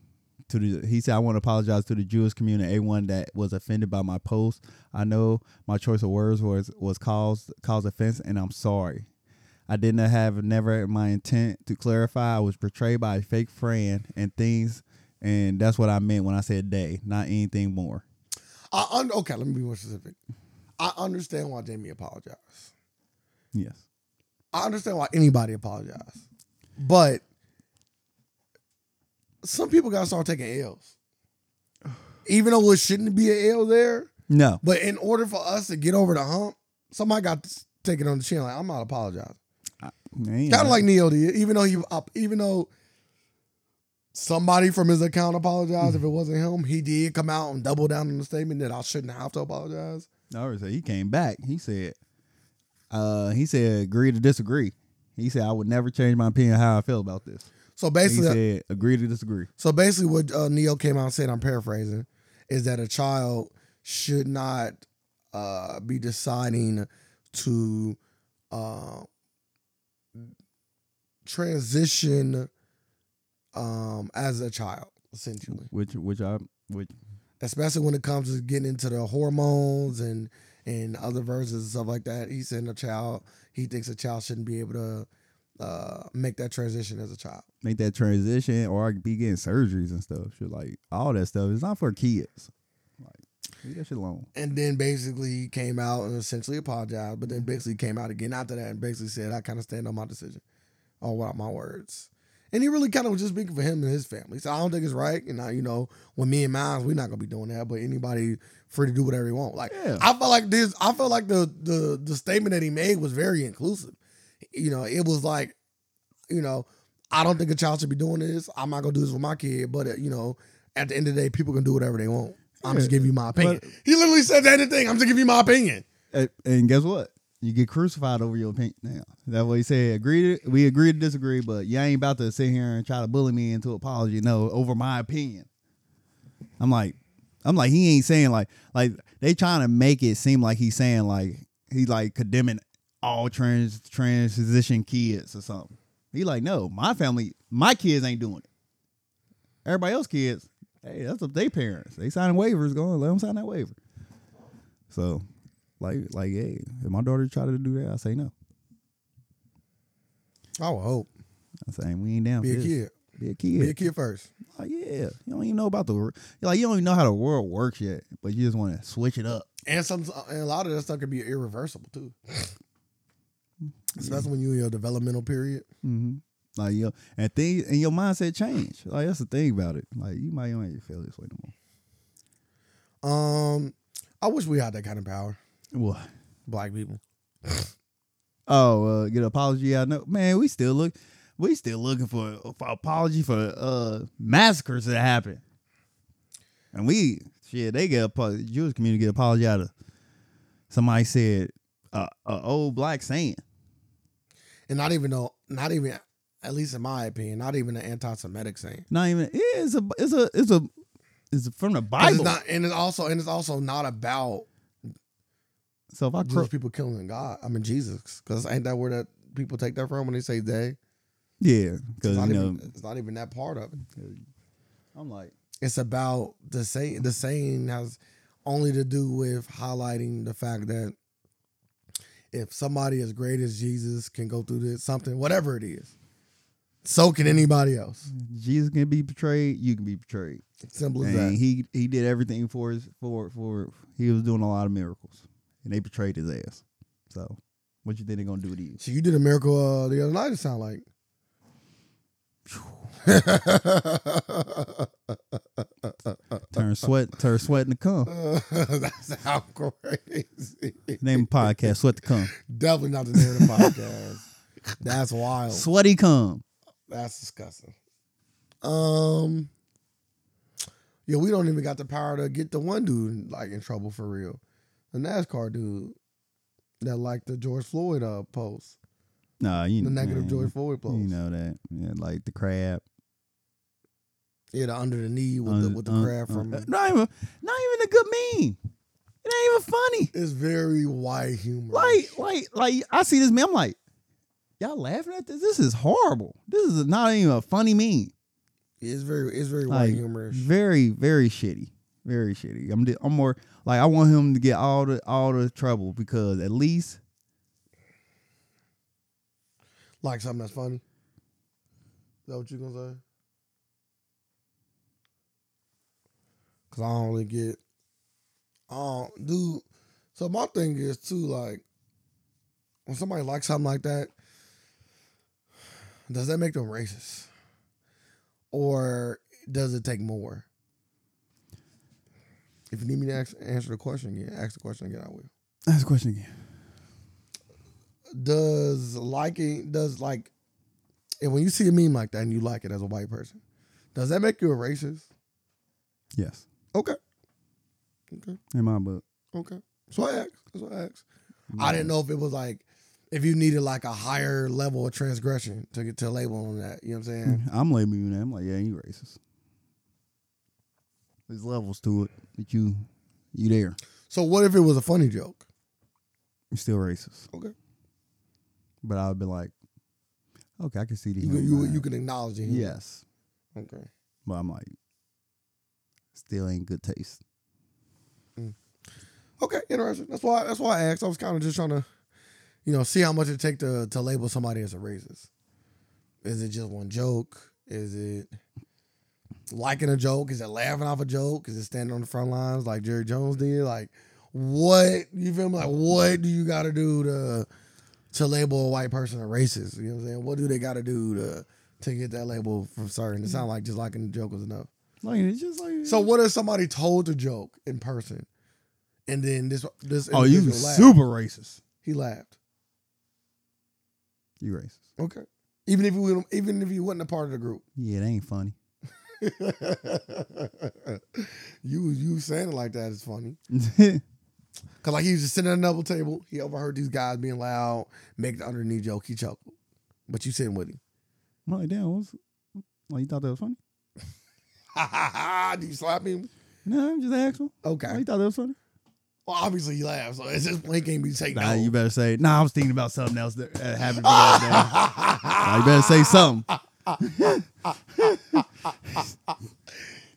Speaker 1: to the? He said, "I want to apologize to the Jewish community, everyone that was offended by my post. I know my choice of words was was caused caused offense, and I'm sorry. I did not have never my intent to clarify. I was portrayed by a fake friend and things, and that's what I meant when I said they, not anything more.
Speaker 2: I un- okay, let me be more specific. I understand why Jamie apologized.
Speaker 1: Yes,
Speaker 2: I understand why anybody apologized, but some people gotta start taking L's. Even though it shouldn't be an L there,
Speaker 1: no,
Speaker 2: but in order for us to get over the hump, somebody got to take it on the chin. Like I'm not apologizing.
Speaker 1: Man,
Speaker 2: Kind of like Neil did, even though he, up- even though somebody from his account apologized. If it wasn't him, he did come out and double down on the statement that I shouldn't have to apologize.
Speaker 1: I already said he came back. He said, uh, he said agree to disagree. He said I would never change my opinion how I feel about this.
Speaker 2: So
Speaker 1: He
Speaker 2: basically,
Speaker 1: said agree to disagree.
Speaker 2: so basically, what uh, Neil came out and said, I'm paraphrasing, is that a child should not uh, be deciding to uh, transition um, as a child, essentially.
Speaker 1: Which which I which
Speaker 2: especially when it comes to getting into the hormones and and other verses and stuff like that. He said a child, he thinks a child shouldn't be able to uh, make that transition as a child.
Speaker 1: make that transition or I be getting surgeries and stuff. Shit like all that stuff. It's not for kids. Like leave that shit alone.
Speaker 2: And then basically he came out and essentially apologized, but then basically came out again after that and basically said, I kind of stand on my decision, on what my words. And he really kind of was just speaking for him and his family. So I don't think it's right. And I, you know, with me and mine, we're not gonna be doing that. But anybody free to do whatever he want. Like
Speaker 1: Yeah.
Speaker 2: I felt like this. I felt like the the the statement that he made was very inclusive. You know, it was like, you know, I don't think a child should be doing this. I'm not gonna do this with my kid. But uh, you know, at the end of the day, people can do whatever they want. I'm just
Speaker 1: Yeah.
Speaker 2: giving you my opinion. He literally said that in the thing. I'm just giving you my opinion.
Speaker 1: And, and guess what? You get crucified over your opinion now. That's what he said. Agree to we agree to disagree, but you ain't about to sit here and try to bully me into apology. No, over my opinion. I'm like, I'm like, he ain't saying like like they trying to make it seem like he's saying like he like condemning all trans transition kids or something. He like, no, my family, my kids ain't doing it. Everybody else kids, hey, that's up to their parents. They signing waivers, going let them sign that waiver. So, like, like, hey, if my daughter tried to do that, I say no.
Speaker 2: I would hope.
Speaker 1: I say we ain't down.
Speaker 2: Be
Speaker 1: for
Speaker 2: a
Speaker 1: this.
Speaker 2: kid.
Speaker 1: Be a kid.
Speaker 2: Be a kid first.
Speaker 1: Like, yeah, you don't even know about the wor- like you don't even know how the world works yet, but you just want to switch it up.
Speaker 2: And some and a lot of that stuff can be irreversible too. Especially when you're in your developmental period.
Speaker 1: Mm-hmm. Like yo, and things and your mindset change. Like that's the thing about it. Like you might not even feel this way no
Speaker 2: Um, I wish we had that kind of power,
Speaker 1: more. What?
Speaker 2: black people.
Speaker 1: Oh, uh, get an apology out. No, man, we still look, we still looking for, for apology for uh massacres that happened. And we shit, they get apo- the Jewish community get apology out of. Somebody said uh, a old black saying.
Speaker 2: And not even though, not even, at least in my opinion, not even an anti-Semitic saying.
Speaker 1: Not even yeah, it's a it's a it's a it's from the
Speaker 2: 'Cause
Speaker 1: Bible.
Speaker 2: It's not, and it's also, and it's also not about
Speaker 1: so if I cro-
Speaker 2: Jewish people killing God. I mean Jesus, because ain't that where that people take that from when they say they?
Speaker 1: yeah,
Speaker 2: It's
Speaker 1: because
Speaker 2: not,
Speaker 1: you know
Speaker 2: even, it's not even that part of it.
Speaker 1: I'm like
Speaker 2: It's about the saying. The saying has only to do with highlighting the fact that if somebody as great as Jesus can go through this, something, whatever it is, so can anybody else.
Speaker 1: Jesus can be betrayed, you can be betrayed.
Speaker 2: Simple as
Speaker 1: And
Speaker 2: that.
Speaker 1: he he did everything for his for for he was doing a lot of miracles, and they betrayed his ass. So, what you think they're gonna do to you?
Speaker 2: So you did a miracle uh, the other night. It sound like. Uh,
Speaker 1: Turn sweat, turn sweat into cum.
Speaker 2: That's how crazy.
Speaker 1: Name of podcast, sweat to cum,
Speaker 2: Definitely not the name of the podcast. That's wild.
Speaker 1: sweaty cum.
Speaker 2: That's disgusting. Um, yeah, we don't even got the power to get the one dude like in trouble for real, the NASCAR dude that liked the George Floyd uh post,
Speaker 1: Nah, you
Speaker 2: the negative
Speaker 1: man,
Speaker 2: George Floyd post.
Speaker 1: You know that, yeah, like the crab
Speaker 2: Yeah, the under the knee with the
Speaker 1: Un-
Speaker 2: with the
Speaker 1: un-
Speaker 2: crab
Speaker 1: un- uh,
Speaker 2: from.
Speaker 1: not even not even a good meme. It ain't even funny.
Speaker 2: it's very white humor.
Speaker 1: Like, like, like I see this meme. I'm like, y'all laughing at this? This is horrible. This is not even a funny meme.
Speaker 2: it's very it's very
Speaker 1: Like,
Speaker 2: white humor.
Speaker 1: Very, very shitty. Very shitty. I'm, di- I'm more like I want him to get all the all the trouble because at least
Speaker 2: Like something that's funny. Is that what you gonna say? Cause I don't really get. Um, dude. So my thing is too like, when somebody likes something like that, does that make them racist, or does it take more? If you need me to ask, answer the question again, ask the question again. I will
Speaker 1: ask the question again.
Speaker 2: does liking does like and when you see a meme like that and you like it as a white person, does that make you a racist?
Speaker 1: Yes,
Speaker 2: Okay. Okay.
Speaker 1: in my book.
Speaker 2: Okay. So I asked. That's what I asked. I didn't know if it was like if you needed like a higher level of transgression to get to a label on that. You know what I'm saying?
Speaker 1: I'm labeling you. That. I'm like, yeah, you racist. There's levels to it, but you you there.
Speaker 2: So what if it was a funny joke?
Speaker 1: You're still racist.
Speaker 2: Okay.
Speaker 1: But I've been like, okay, I can see the
Speaker 2: You
Speaker 1: humor
Speaker 2: can, you,
Speaker 1: behind
Speaker 2: you
Speaker 1: it.
Speaker 2: can acknowledge it.
Speaker 1: Yes,
Speaker 2: Okay.
Speaker 1: but I'm like, still ain't good taste.
Speaker 2: Okay, interesting. That's why that's why I asked. I was kind of just trying to, you know, see how much it take to to label somebody as a racist. Is it just one joke? Is it liking a joke? Is it laughing off a joke? Is it standing on the front lines like Jerry Jones did? Like what you feel me? Like what do you gotta do to to label a white person a racist? You know what I'm saying? What do they gotta do to to get that label from certain? It sound like just liking the joke was enough.
Speaker 1: Like it's just like
Speaker 2: So what if somebody told the joke in person, and then this this
Speaker 1: Oh, you
Speaker 2: individual laughed?
Speaker 1: super racist.
Speaker 2: He laughed.
Speaker 1: You racist.
Speaker 2: Okay. Even if you wouldn't- even if you wasn't a part of the group,
Speaker 1: Yeah, it ain't funny.
Speaker 2: you you saying it like that is funny.
Speaker 1: yeah,
Speaker 2: Cause like he was just sitting at a double table. He overheard these guys being loud, make the underneath joke. He chuckled, but you sitting with him.
Speaker 1: I'm like, damn, what's like you thought that was funny?
Speaker 2: do you slap him?
Speaker 1: No, I'm just asking. Oh,
Speaker 2: Okay.
Speaker 1: you thought that was funny?
Speaker 2: Well, obviously you laugh. So it's just Blink ain't be taking
Speaker 1: Nah,
Speaker 2: no.
Speaker 1: you better say. Nah, I was thinking about something else that uh, happened. To me that day. Nah, you better say something.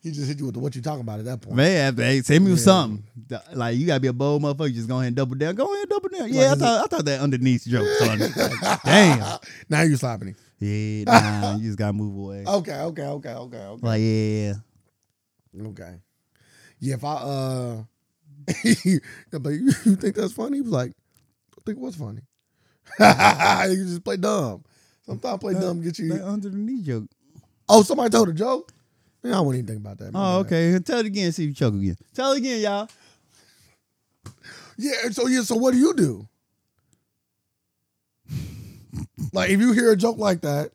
Speaker 2: He just hit you with the what you talking about at that point.
Speaker 1: Man, after they send me with
Speaker 2: Yeah.
Speaker 1: something. D- Like you gotta be a bold motherfucker. You Just go ahead and double down. Go ahead and double down. Yeah, I
Speaker 2: is it-
Speaker 1: thought I thought that underneath joke. was funny. Like, damn.
Speaker 2: Now you slapping him.
Speaker 1: Yeah, nah. You just gotta move away.
Speaker 2: Okay, okay, okay, okay, okay.
Speaker 1: Like yeah,
Speaker 2: Okay. Yeah, if I uh yeah, but you you think that's funny? He was like, I think what's funny. you just play dumb. Sometimes play dumb get
Speaker 1: that
Speaker 2: you
Speaker 1: underneath joke.
Speaker 2: Oh, somebody told a joke? Man, I wouldn't even think about that.
Speaker 1: Oh,
Speaker 2: man.
Speaker 1: okay. Tell it again. See if you choke again. Tell it again, y'all.
Speaker 2: Yeah, so yeah, so what do you do? like if you hear a joke like that,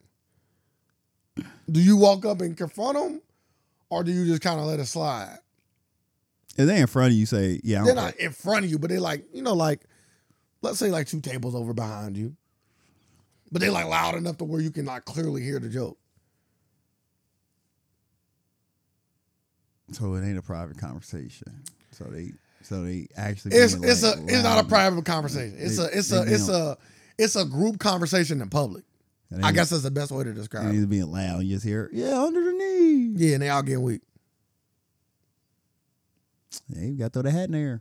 Speaker 2: do you walk up and confront them? Or do you just kind of let it slide?
Speaker 1: If they in front of you, say yeah. I
Speaker 2: They're
Speaker 1: don't
Speaker 2: not in front of you, but they like, you know, like, let's say like two tables over behind you. But they like loud enough to where you can like clearly hear the joke.
Speaker 1: So it ain't a private conversation. So they so they actually
Speaker 2: It's
Speaker 1: being,
Speaker 2: it's a
Speaker 1: like,
Speaker 2: it's not a
Speaker 1: loud.
Speaker 2: private conversation. It's
Speaker 1: They-
Speaker 2: a it's
Speaker 1: they
Speaker 2: a it's
Speaker 1: don't.
Speaker 2: a it's a group conversation in public.
Speaker 1: It
Speaker 2: I
Speaker 1: ain't-
Speaker 2: guess that's the best way to
Speaker 1: it
Speaker 2: describe
Speaker 1: ain't
Speaker 2: it.
Speaker 1: being loud. You just hear yeah under the knee.
Speaker 2: Yeah, and they all getting weak.
Speaker 1: Yeah, you got to throw the hat in there.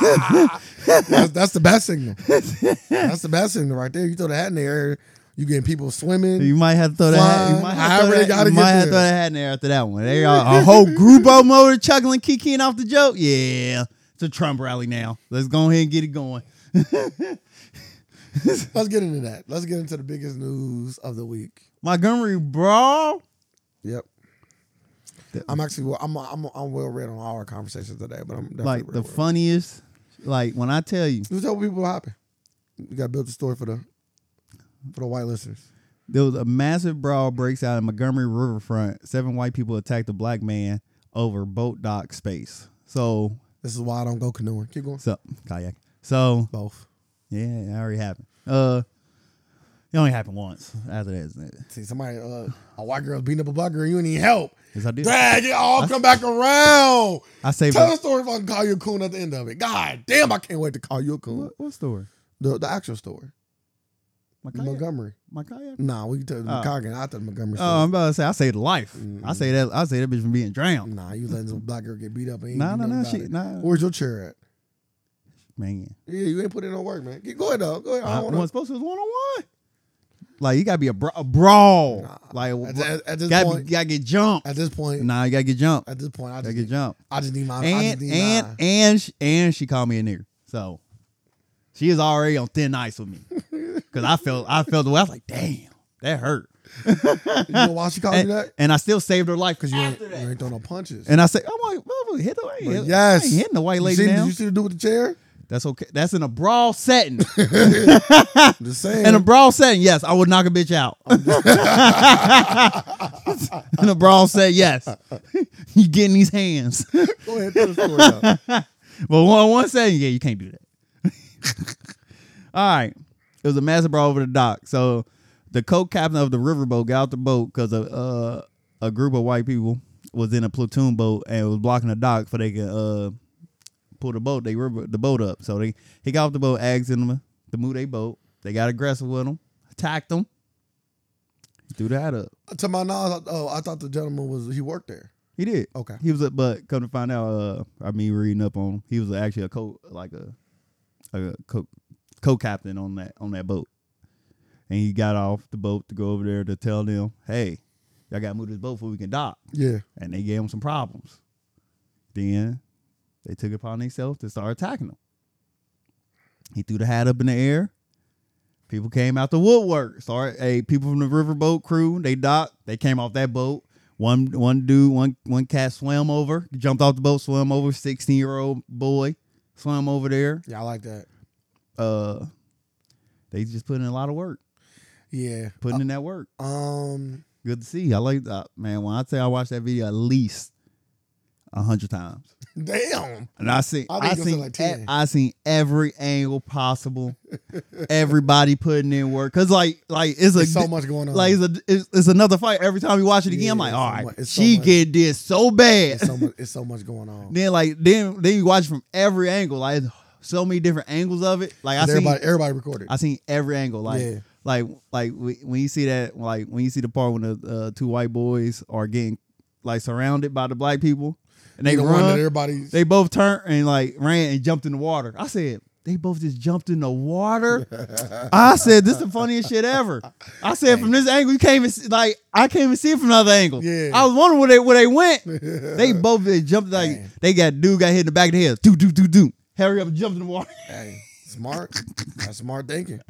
Speaker 2: that's, that's the best signal. That's the best signal right there. You throw the hat in the air, you getting people swimming.
Speaker 1: You might have to throw the hat. You
Speaker 2: Fine.
Speaker 1: might have, to
Speaker 2: However
Speaker 1: throw,
Speaker 2: they
Speaker 1: that,
Speaker 2: gotta
Speaker 1: you might
Speaker 2: get
Speaker 1: have to throw
Speaker 2: there.
Speaker 1: that hat in there after that one. They are a whole group of motor chuckling, kicking off the joke. Yeah, it's a Trump rally now. Let's go ahead and get it going.
Speaker 2: Let's get into that. Let's get into the biggest news of the week.
Speaker 1: Montgomery brawl.
Speaker 2: Yep.
Speaker 1: That-
Speaker 2: I'm actually well, I'm I'm I'm well read on all our conversations today, but I'm definitely
Speaker 1: like
Speaker 2: well
Speaker 1: the
Speaker 2: read.
Speaker 1: funniest. Like when I tell you,
Speaker 2: You tell people what happened. You got to build the story for the for the white listeners.
Speaker 1: There was a massive brawl breaks out in Montgomery Riverfront. Seven white people attacked a black man over boat dock space. So,
Speaker 2: This is why I don't go canoeing. Keep going.
Speaker 1: so kayak. So
Speaker 2: Both.
Speaker 1: yeah, it already happened. Uh, it only happened once. After that, isn't it?
Speaker 2: See, somebody uh, a white girl beating up a black girl, you ain't even help.
Speaker 1: Yes, I did.
Speaker 2: Dang, it all come back around.
Speaker 1: I saved.
Speaker 2: Tell the
Speaker 1: it.
Speaker 2: story if I can call you a coon at the end of it. God damn, I can't wait to call you a coon.
Speaker 1: What, what story?
Speaker 2: The the actual story.
Speaker 1: My kayak.
Speaker 2: Montgomery.
Speaker 1: My kayak.
Speaker 2: Nah, we can tell the
Speaker 1: Oh.
Speaker 2: Montgomery. I tell the Montgomery story.
Speaker 1: Oh, I'm about to say I saved life. I
Speaker 2: Mm.
Speaker 1: say that. I say that bitch from being drowned.
Speaker 2: nah, you letting some black girl get beat up and Mm-hmm. ain't
Speaker 1: Nah,
Speaker 2: do
Speaker 1: nah,
Speaker 2: nothing
Speaker 1: nah.
Speaker 2: about
Speaker 1: She,
Speaker 2: it.
Speaker 1: nah.
Speaker 2: Where's your chair at?
Speaker 1: Man,
Speaker 2: Yeah, you ain't put in no work, man. Go ahead, though. Go ahead. I
Speaker 1: I
Speaker 2: don't wanna-
Speaker 1: wasn't supposed to. It was one on one. Like you gotta be a, bra- a brawl.
Speaker 2: Nah.
Speaker 1: Like
Speaker 2: At, th- at this
Speaker 1: gotta, be,
Speaker 2: point,
Speaker 1: gotta get jumped.
Speaker 2: at this point,
Speaker 1: Nah, you gotta get jumped.
Speaker 2: at this point, I
Speaker 1: Gotta
Speaker 2: just,
Speaker 1: get
Speaker 2: need,
Speaker 1: jumped.
Speaker 2: I just need my, I just
Speaker 1: And
Speaker 2: need
Speaker 1: and
Speaker 2: my-
Speaker 1: and she, and she called me a nigger. So she is already on thin ice with me because I felt I felt the way I was like, damn, that hurt.
Speaker 2: you know why she called you
Speaker 1: And,
Speaker 2: that?
Speaker 1: and I still saved her life because
Speaker 2: You
Speaker 1: you.
Speaker 2: ain't,
Speaker 1: Ain't,
Speaker 2: you ain't throwing no punches.
Speaker 1: and I said, I'm like, motherfucker, hit the I ain't
Speaker 2: But
Speaker 1: hit-
Speaker 2: yes.
Speaker 1: I ain't hitting the white
Speaker 2: you
Speaker 1: lady
Speaker 2: see, did
Speaker 1: now.
Speaker 2: you see the dude with the chair?
Speaker 1: That's okay. That's in a brawl setting.
Speaker 2: I'm just saying.
Speaker 1: in a brawl setting, yes, I would knock a bitch out. in a brawl set, yes, you getting these hands.
Speaker 2: Go ahead, tell the story. though.
Speaker 1: But one one setting, yeah, you can't do that. All right. It was a massive brawl over the dock. So the co-captain of the riverboat got out the boat because a uh, a group of white people was in a platoon boat and was blocking the dock so they could uh, pull the boat, they river the boat up. So they he got off the boat, asked them to move their boat. They got aggressive with them, attacked them, threw that up.
Speaker 2: to my knowledge, I- oh, I thought the gentleman was he worked there.
Speaker 1: He did.
Speaker 2: Okay.
Speaker 1: He was a but come to find out, uh, I mean, reading up on, him, he was actually a co like a a co co captain on that on that boat, and he got off the boat to go over there to tell them, hey, y'all got to move this boat before we can dock,
Speaker 2: Yeah.
Speaker 1: and they gave him some problems. Then they took it upon themselves to start attacking him. He threw the hat up in the air. People came out the woodwork. Sorry, hey, people from the riverboat crew, they docked. They came off that boat. One one dude, one one cat swam over, jumped off the boat, swam over. Sixteen year old boy swam over there.
Speaker 2: Yeah, I like that.
Speaker 1: Uh, they just put in a lot of work,
Speaker 2: Yeah.
Speaker 1: putting in that work.
Speaker 2: Um.
Speaker 1: uh, Good to see. I like that man. When I say I watched that video at least a hundred times.
Speaker 2: Damn.
Speaker 1: And I seen,
Speaker 2: I
Speaker 1: I,
Speaker 2: think it was
Speaker 1: seen,
Speaker 2: like
Speaker 1: e-
Speaker 2: 10.
Speaker 1: I seen every angle possible. Everybody putting in work because, like, like it's a
Speaker 2: There's so much going on.
Speaker 1: like it's, a, it's, it's another fight every time you watch it again. I'm
Speaker 2: Yeah,
Speaker 1: like,
Speaker 2: it's
Speaker 1: all
Speaker 2: so
Speaker 1: right,
Speaker 2: mu- it's so
Speaker 1: she
Speaker 2: much.
Speaker 1: get this so bad.
Speaker 2: it's so much. It's so much going on.
Speaker 1: then like then then you watch it from every angle, like so many different angles of it. Like I
Speaker 2: And
Speaker 1: seen
Speaker 2: everybody, everybody recorded.
Speaker 1: I seen every angle, like.
Speaker 2: Yeah.
Speaker 1: Like, like wh- when you see that, like when you see the part when the uh, two white boys are getting like surrounded by the black people, and they
Speaker 2: the one that
Speaker 1: run,
Speaker 2: everybody.
Speaker 1: they both turned and like ran and jumped in the water. I said, they both just jumped in the water. I said, this is the funniest shit ever. I said, from this angle, you can't even see, like, I can't even see it from another angle.
Speaker 2: Yeah.
Speaker 1: I was wondering where they where they went. they both just jumped like
Speaker 2: Dang.
Speaker 1: they got dude got hit in the back of the head. Do do do do. Hurry up and jump in the water.
Speaker 2: hey, smart. That's smart thinking.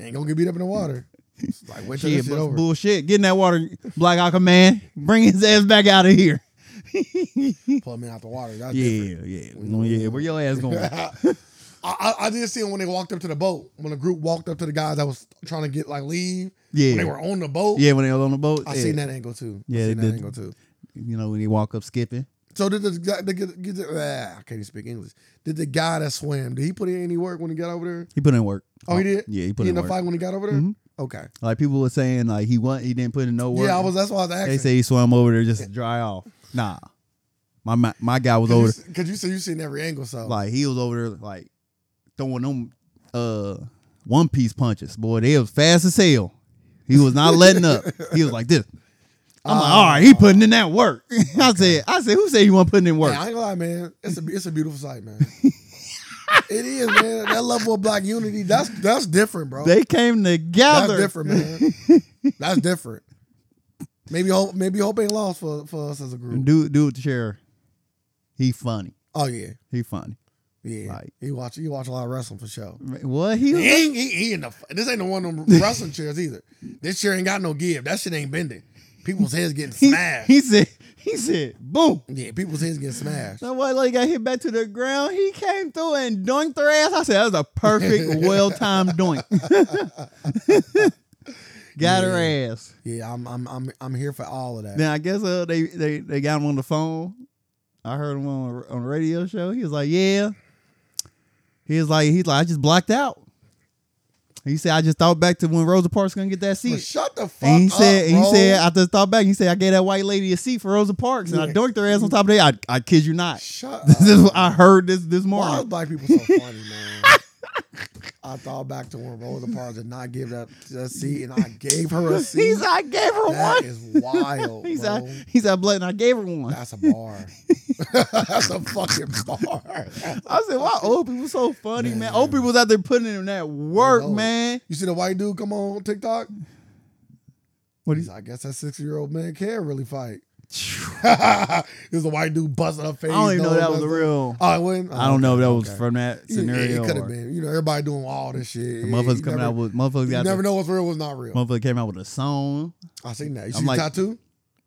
Speaker 2: Ain't gonna get beat up in the water. It's like wait till
Speaker 1: Shit,
Speaker 2: this shit
Speaker 1: bu-
Speaker 2: over.
Speaker 1: bullshit. Get in that water, Black Hawk man. Bring his ass back out of here.
Speaker 2: Pull me out the water. That's different.
Speaker 1: Yeah, yeah, yeah. Where your ass going?
Speaker 2: I, I, I did see them when they walked up to the boat. When the group walked up to the guys that was trying to get like leave. When they
Speaker 1: Yeah,
Speaker 2: were on the boat.
Speaker 1: yeah. When they was on the boat,
Speaker 2: I
Speaker 1: yeah.
Speaker 2: seen that angle too. I
Speaker 1: Yeah,
Speaker 2: seen
Speaker 1: they
Speaker 2: that
Speaker 1: did.
Speaker 2: angle too.
Speaker 1: You know when they walk up skipping.
Speaker 2: So did the guy? Did, the- did the- ah, I can't even speak English. Did the guy that swam? Did he put in any work when he got over there?
Speaker 1: He put in work.
Speaker 2: Oh, he did.
Speaker 1: Yeah, he put in
Speaker 2: He in the
Speaker 1: work.
Speaker 2: fight when he got over there.
Speaker 1: Mhm.
Speaker 2: Okay.
Speaker 1: Like people were saying, like he went, he didn't put in no work.
Speaker 2: Yeah, I was. That's why I was
Speaker 1: They
Speaker 2: asking.
Speaker 1: say he swam over there just to dry off. Nah, my my, my guy was over.
Speaker 2: Cause you, cause you said you seen every angle. So
Speaker 1: Like he was over there, like throwing them uh one piece punches. Boy, they was fast as hell. He was not letting up. He was like this. I'm
Speaker 2: Oh.
Speaker 1: like, all right, he putting in that work. I said, I said, who said you want putting in work?
Speaker 2: Man, I ain't gonna lie, man. It's a it's a beautiful sight, man. it is, man. That level of black unity, that's that's different, bro.
Speaker 1: they came
Speaker 2: that's
Speaker 1: together.
Speaker 2: different, man. that's different. Maybe hope maybe hope ain't lost for, for us as a group.
Speaker 1: Dude, dude, the chair. He funny.
Speaker 2: Oh yeah.
Speaker 1: He funny.
Speaker 2: Yeah.
Speaker 1: Like-
Speaker 2: he watch he watch a lot of wrestling for sure.
Speaker 1: What he?
Speaker 2: He,
Speaker 1: Was,
Speaker 2: ain't, he, he in the this ain't the one of them wrestling chairs either. This chair ain't got no give. That shit ain't bending. People's heads getting
Speaker 1: he,
Speaker 2: smashed.
Speaker 1: he said. He said, boom.
Speaker 2: yeah, people's heads getting smashed.
Speaker 1: That white lady got hit back to the ground. He came through and dunked her ass. I said, that was a perfect, well timed doink. got her ass.
Speaker 2: Yeah, I'm I'm I'm I'm here for all of that.
Speaker 1: Then I guess uh, they, they they got him on the phone. I heard him on a- on a radio show. He was like, yeah. He was like, he's like, I just blocked out. He said, I just thought back to when Rosa Parks gonna get that
Speaker 2: But
Speaker 1: seat.
Speaker 2: shut the fuck
Speaker 1: And he
Speaker 2: up,
Speaker 1: said, and
Speaker 2: bro.
Speaker 1: he said, I just thought back. He said, I gave that white lady a seat for Rosa Parks, and I
Speaker 2: Yeah.
Speaker 1: dunked her ass on top of that. I, I kid you not.
Speaker 2: shut up.
Speaker 1: This is what I heard this this
Speaker 2: Why is
Speaker 1: morning.
Speaker 2: black people so funny, man? I thought back to when Rosa Parks did not give that, that seat, and I gave her a seat.
Speaker 1: He's I gave her
Speaker 2: that
Speaker 1: one.
Speaker 2: is wild,
Speaker 1: He's
Speaker 2: bro.
Speaker 1: out. He's out blood, and I gave her one.
Speaker 2: That's a bar. That's a fucking bar.
Speaker 1: I said, "Why old people so funny, man?
Speaker 2: Man.
Speaker 1: Old people's out there putting in that work,
Speaker 2: know.
Speaker 1: man.
Speaker 2: You see the white dude come on TikTok?
Speaker 1: What
Speaker 2: He's, I guess that six year old man can really fight.
Speaker 1: is?
Speaker 2: There's a white dude busting up face.
Speaker 1: I don't even know
Speaker 2: nose
Speaker 1: that was a
Speaker 2: busting-
Speaker 1: real.
Speaker 2: Oh, it wasn't?
Speaker 1: I don't know if that was
Speaker 2: okay.
Speaker 1: from that
Speaker 2: It,
Speaker 1: scenario.
Speaker 2: could have
Speaker 1: or-
Speaker 2: been. You know, everybody doing all this shit.
Speaker 1: The
Speaker 2: You
Speaker 1: motherfuckers coming
Speaker 2: never-
Speaker 1: out with motherfuckers
Speaker 2: You
Speaker 1: got
Speaker 2: never
Speaker 1: the,
Speaker 2: know what's real, what's not real.
Speaker 1: motherfucker came out with a song,
Speaker 2: I seen that.
Speaker 1: I'm
Speaker 2: You see the
Speaker 1: like-
Speaker 2: tattoo?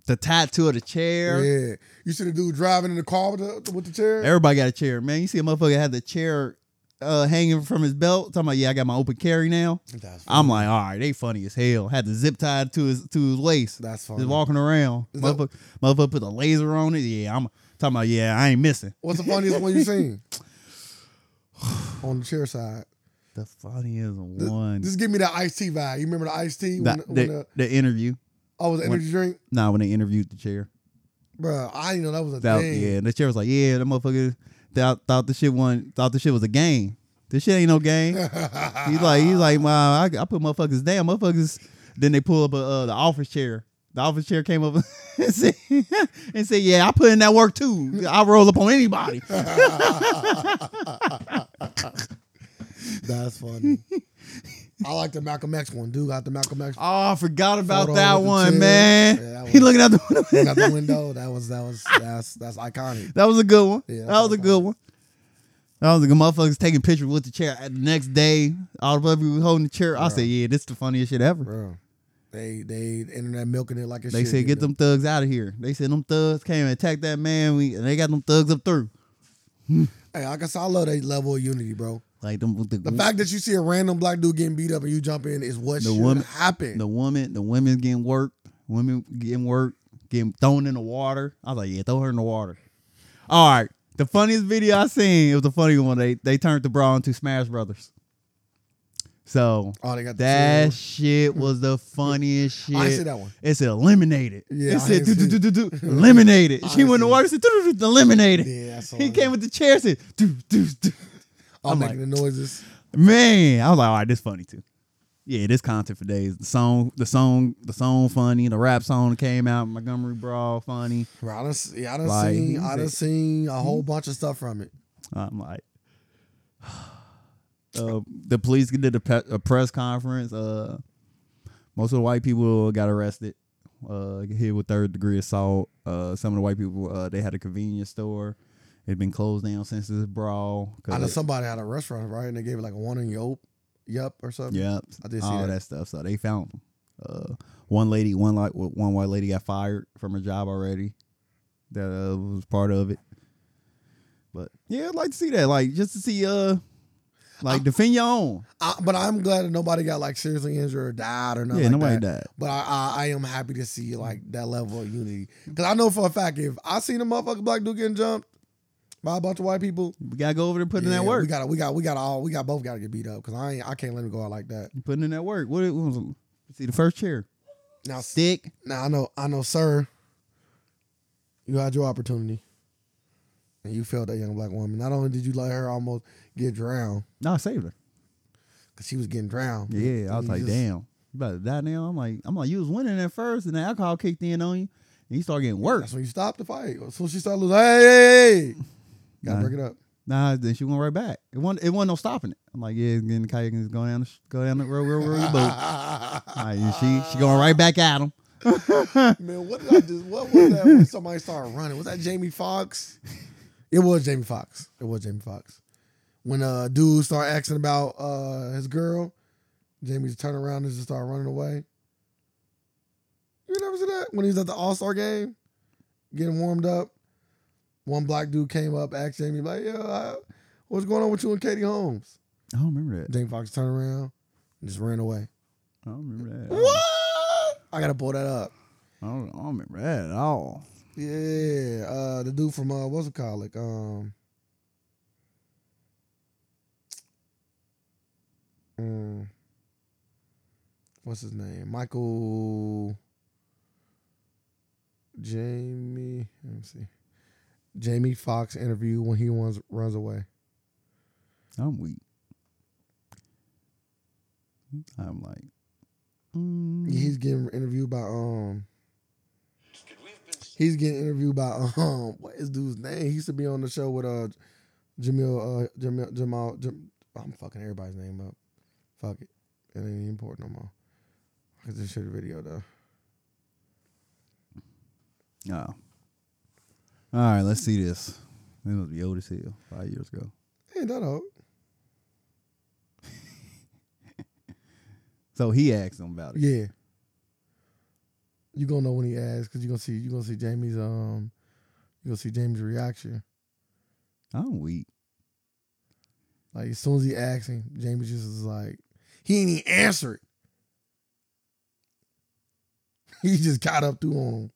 Speaker 1: the tattoo of the chair.
Speaker 2: Yeah. You see the dude driving in the car with the, with the chair?
Speaker 1: Everybody got a chair, man. You see a motherfucker had the chair uh, hanging from his belt. Talking about, yeah, I got my open carry now.
Speaker 2: That's funny.
Speaker 1: I'm like, all right, they funny as hell. Had the zip tied to his to his waist.
Speaker 2: That's funny.
Speaker 1: Just walking around.
Speaker 2: Is that-
Speaker 1: Motherfucker, motherfucker put a laser on it. Yeah, I'm talking about, yeah, I ain't missing.
Speaker 2: What's the funniest one you seen? On the chair side.
Speaker 1: The funniest one.
Speaker 2: Just give me the iced tea vibe. You remember the iced tea?
Speaker 1: The, the,
Speaker 2: When, when the,
Speaker 1: the interview.
Speaker 2: oh, was the
Speaker 1: when-
Speaker 2: energy drink?
Speaker 1: Nah, when they interviewed the chair.
Speaker 2: Bruh, I didn't know that was a
Speaker 1: That,
Speaker 2: thing.
Speaker 1: yeah, the chair was like, yeah, that motherfucker thought, thought the shit won, thought the shit was a game. This shit ain't no game. he's like, he's like, wow, I, I put motherfuckers down. Motherfuckers. Then they pull up a, uh, the office chair. The office chair came up and said, and said, yeah, I put in that work too. I roll up on anybody.
Speaker 2: That's funny. I like the Malcolm X one. Dude got the Malcolm X
Speaker 1: Oh, I forgot about
Speaker 2: Photo
Speaker 1: that
Speaker 2: with the
Speaker 1: one,
Speaker 2: chair.
Speaker 1: man.
Speaker 2: Yeah, that
Speaker 1: he
Speaker 2: was-
Speaker 1: looking out the window.
Speaker 2: one out the window. That was that was that's that's iconic.
Speaker 1: that was a good one.
Speaker 2: Yeah,
Speaker 1: that was a
Speaker 2: that's
Speaker 1: good one. That was a good motherfuckers taking pictures with the chair. And The next day, all the people holding the chair. I said, yeah, this is the funniest shit ever.
Speaker 2: Bro. They they the internet milking it like a
Speaker 1: They
Speaker 2: shit.
Speaker 1: said,
Speaker 2: you
Speaker 1: get
Speaker 2: know?
Speaker 1: them thugs out of here. They said, them thugs came and attacked that man. We, and they got them thugs up through.
Speaker 2: Hey, like I said, I love that level of unity, bro.
Speaker 1: Like them, the,
Speaker 2: The fact that you see a random black dude getting beat up and you jump in is what
Speaker 1: The
Speaker 2: should
Speaker 1: woman-
Speaker 2: happen.
Speaker 1: the woman, the women getting worked, women getting worked, getting thrown in the water. I was like, yeah, throw her in the water. All right. The funniest video I seen, it was the funny one. They they turned the bra into Smash Brothers. So
Speaker 2: Oh, they got the
Speaker 1: that
Speaker 2: cereal.
Speaker 1: shit was the funniest shit.
Speaker 2: I didn't see that one.
Speaker 1: It said eliminated.
Speaker 2: Yeah, I
Speaker 1: it said do,
Speaker 2: didn't see
Speaker 1: do,
Speaker 2: it.
Speaker 1: do, do, do, eliminated.
Speaker 2: I
Speaker 1: She
Speaker 2: didn't
Speaker 1: went to
Speaker 2: see
Speaker 1: water and said do, do, do, eliminated.
Speaker 2: Yeah, that's all I
Speaker 1: he
Speaker 2: know.
Speaker 1: came with the chair said do, do, do.
Speaker 2: I'm,
Speaker 1: I'm
Speaker 2: making the noises.
Speaker 1: Man, I was like, all right, this funny too. Yeah, this content for days. The song, the song, the song funny. The rap song that came out. Montgomery Brawl funny.
Speaker 2: Bro, I done, s- yeah, I done
Speaker 1: Like, Hmm?
Speaker 2: seen, I
Speaker 1: he's
Speaker 2: done
Speaker 1: a-
Speaker 2: seen a whole bunch of stuff from it.
Speaker 1: I'm like, uh, the police did a, pe- a press conference. Uh, most of the white people got arrested. Uh, hit with third degree assault. Uh, some of the white people uh, they had a convenience store. It'd been closed down since this brawl. 'cause
Speaker 2: I know
Speaker 1: it-
Speaker 2: somebody had a restaurant, right? And they gave it like a one and yup, yup or something.
Speaker 1: Yep.
Speaker 2: I did see
Speaker 1: all
Speaker 2: that.
Speaker 1: that. stuff. So they found them. Uh, one lady, one like one white lady got fired from her job already. That uh, was part of it. But yeah, I'd like to see that. Like just to see uh,
Speaker 2: Ah.
Speaker 1: like defend your own.
Speaker 2: I, but I'm glad that nobody got like seriously injured or died or nothing.
Speaker 1: Yeah,
Speaker 2: like
Speaker 1: nobody
Speaker 2: that.
Speaker 1: died.
Speaker 2: But I, I, I am happy to see like that level of unity because I know for a fact if I seen a motherfucking black dude getting jumped by a bunch of white people,
Speaker 1: We gotta go over there putting in
Speaker 2: yeah,
Speaker 1: that work.
Speaker 2: We got to we got we got all we got both got to get beat up because I ain't, I can't let him go out like that.
Speaker 1: putting in that work. What, it- what was it? see the first chair
Speaker 2: Now s-
Speaker 1: stick.
Speaker 2: now I know I know, sir. You had your opportunity, and you failed that young black woman. Not only did you let her almost get drowned
Speaker 1: No, I saved her.
Speaker 2: because she was getting drowned.
Speaker 1: Yeah, I was
Speaker 2: You
Speaker 1: like,
Speaker 2: just-
Speaker 1: damn, you about to die now. I'm like, I'm like, you was winning at first, and the alcohol kicked in on you, and you start getting worse.
Speaker 2: That's when you stop the fight. So she started losing. Hey, hey, hey. gotta
Speaker 1: Nah.
Speaker 2: break it up.
Speaker 1: Nah, then she went right back. It wasn't, it wasn't no stopping it. I'm like, yeah, it's getting kayaking, just go down, the, sh- go down the road, road, road, your boat. Like, and she, she going right back at him.
Speaker 2: Man, what did I just? What was that? When somebody started running? Was that Jamie Fox? It was Jamie Fox. It was Jamie Fox. When uh dude started asking about uh his girl, Jamie just turned around and just started running away. You never see that when he was at the All Star game, getting warmed up. One black dude came up, asked Jamie like, "Yo, I, what's going on with you and Katie Holmes?"
Speaker 1: I don't remember that.
Speaker 2: Jamie Fox turned around and just ran away.
Speaker 1: I don't remember that.
Speaker 2: What? I gotta pull that up.
Speaker 1: I don't, I don't remember that at all.
Speaker 2: Yeah, uh, the dude from uh, what's it called? Like, um, mm, what's his name? Michael Jamie. Let me see. Jamie Fox interview when he runs runs away.
Speaker 1: I'm weak. I'm like, mm,
Speaker 2: He's getting interviewed by um. He's getting interviewed by um. What is dude's name? He used to be on the show with uh, Jamil uh Jamil Jamal. Jam, I'm fucking everybody's name up. Fuck it, it ain't even important no more. I just shoot a video though.
Speaker 1: oh. All right, let's see this. It must be old as hell, five years ago.
Speaker 2: Ain't that old?
Speaker 1: So he asked him about it.
Speaker 2: Yeah. You gonna know when he asks because you gonna see you gonna see Jamie's um, you gonna see Jamie's reaction.
Speaker 1: I'm weak.
Speaker 2: Like as soon as he asks him, Jamie just is like, he ain't even answer it. He just got up through on him.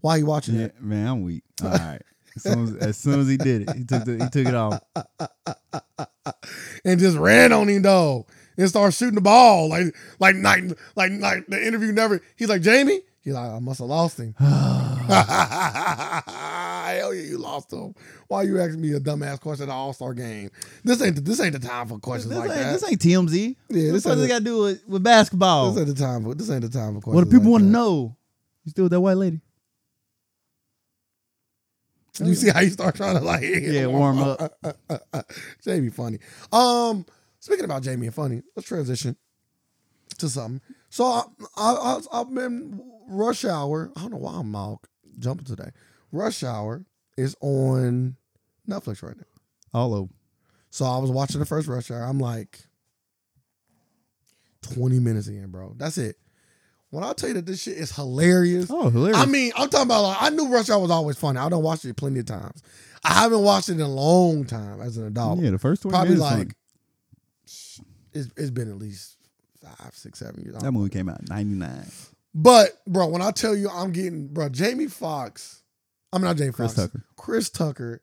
Speaker 2: Why you watching
Speaker 1: Yeah,
Speaker 2: that?
Speaker 1: man, I'm weak. All right. As soon as, as soon as he did it, he took the, he took it off.
Speaker 2: And just ran on him though. And started shooting the ball. Like like like like like the interview never he's like, Jamie? He's like, I must have lost him.
Speaker 1: Uh-huh.
Speaker 2: Hell yeah, you lost him. Why you asking me a dumbass question at the All Star game? This ain't the, this ain't the time for
Speaker 1: this,
Speaker 2: questions like
Speaker 1: ain't,
Speaker 2: that.
Speaker 1: this ain't TMZ.
Speaker 2: Yeah,
Speaker 1: this
Speaker 2: this
Speaker 1: what
Speaker 2: ain't
Speaker 1: does
Speaker 2: a-
Speaker 1: it got to do with, with basketball?
Speaker 2: This ain't the time for this ain't the time for questions.
Speaker 1: What do Oh. people want
Speaker 2: like
Speaker 1: to
Speaker 2: that.
Speaker 1: know? You still with that white lady?
Speaker 2: You see how you start trying to like
Speaker 1: Yeah, warm up.
Speaker 2: Jamie funny. Um, speaking about Jamie and funny, let's transition to something. So I I I I've been rush hour. I don't know why I'm all jumping today. Rush hour is on Netflix right now.
Speaker 1: All over.
Speaker 2: So I was watching the first rush hour. I'm like 20 minutes in, bro. That's it. When I tell you that this shit is hilarious.
Speaker 1: Oh, hilarious.
Speaker 2: I mean, I'm talking about like I knew Rush Hour was always funny. I done watched it plenty of times. I haven't watched it in a long time as an adult.
Speaker 1: yeah, the first one
Speaker 2: Probably like it's, it's been at least five, six, seven years.
Speaker 1: that movie came out in '99.
Speaker 2: But bro, when I tell you I'm getting bro, Jamie Fox, I'm not Jamie
Speaker 1: Chris
Speaker 2: Fox.
Speaker 1: Tucker.
Speaker 2: Chris Tucker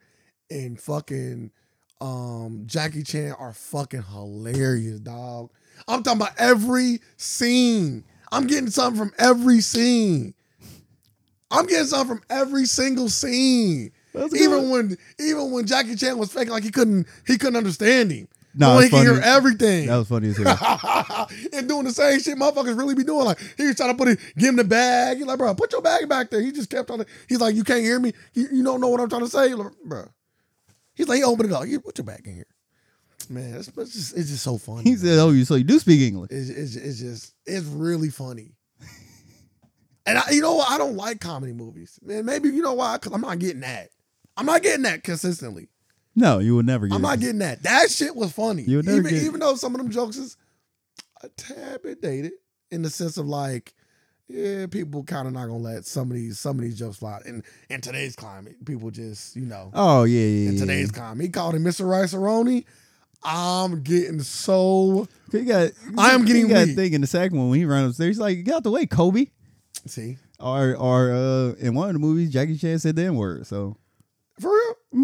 Speaker 2: and fucking um Jackie Chan are fucking hilarious, dog. I'm talking about every scene. I'm getting something from every scene. I'm getting something from every single scene.
Speaker 1: That's
Speaker 2: Even when even when Jackie Chan was faking like he couldn't he couldn't understand him.
Speaker 1: no,
Speaker 2: when
Speaker 1: it's
Speaker 2: he could hear
Speaker 1: funny.
Speaker 2: everything.
Speaker 1: That was funny as hell.
Speaker 2: and doing the same shit motherfuckers really be doing. Like he was trying to put it, give him the bag. He's like, bro, put your bag back there. He just kept on it. He's like, you can't hear me. You, you don't know what I'm trying to say, like, bro. He's like, he opened it up. You put your bag in here. Man, it's, it's just it's just so funny.
Speaker 1: he said, "Oh, you so you do speak English?"
Speaker 2: it's, it's, it's just it's really funny. And I, you know what? I don't like comedy movies. Man, maybe you know why? Because I'm not getting that. I'm not getting that consistently.
Speaker 1: No, you would never get.
Speaker 2: I'm
Speaker 1: it.
Speaker 2: not getting that. That shit was funny.
Speaker 1: You'll never
Speaker 2: even,
Speaker 1: get it.
Speaker 2: even though some of them jokes is a tad bit dated in the sense of like, yeah, people kind of not gonna let some of these some of these jokes fly. And in today's climate, people just you know
Speaker 1: Oh yeah, yeah,
Speaker 2: in
Speaker 1: yeah.
Speaker 2: today's climate, he called him Mr. Rice Aroni. I'm getting so
Speaker 1: He got,
Speaker 2: I am getting
Speaker 1: he got a
Speaker 2: weak.
Speaker 1: thing in the second one when he ran upstairs. He's like, "Get out the way, Kobe."
Speaker 2: see
Speaker 1: Or, or uh, in one of the movies, Jackie Chan said the N word. So
Speaker 2: for real.
Speaker 1: Mm-hmm.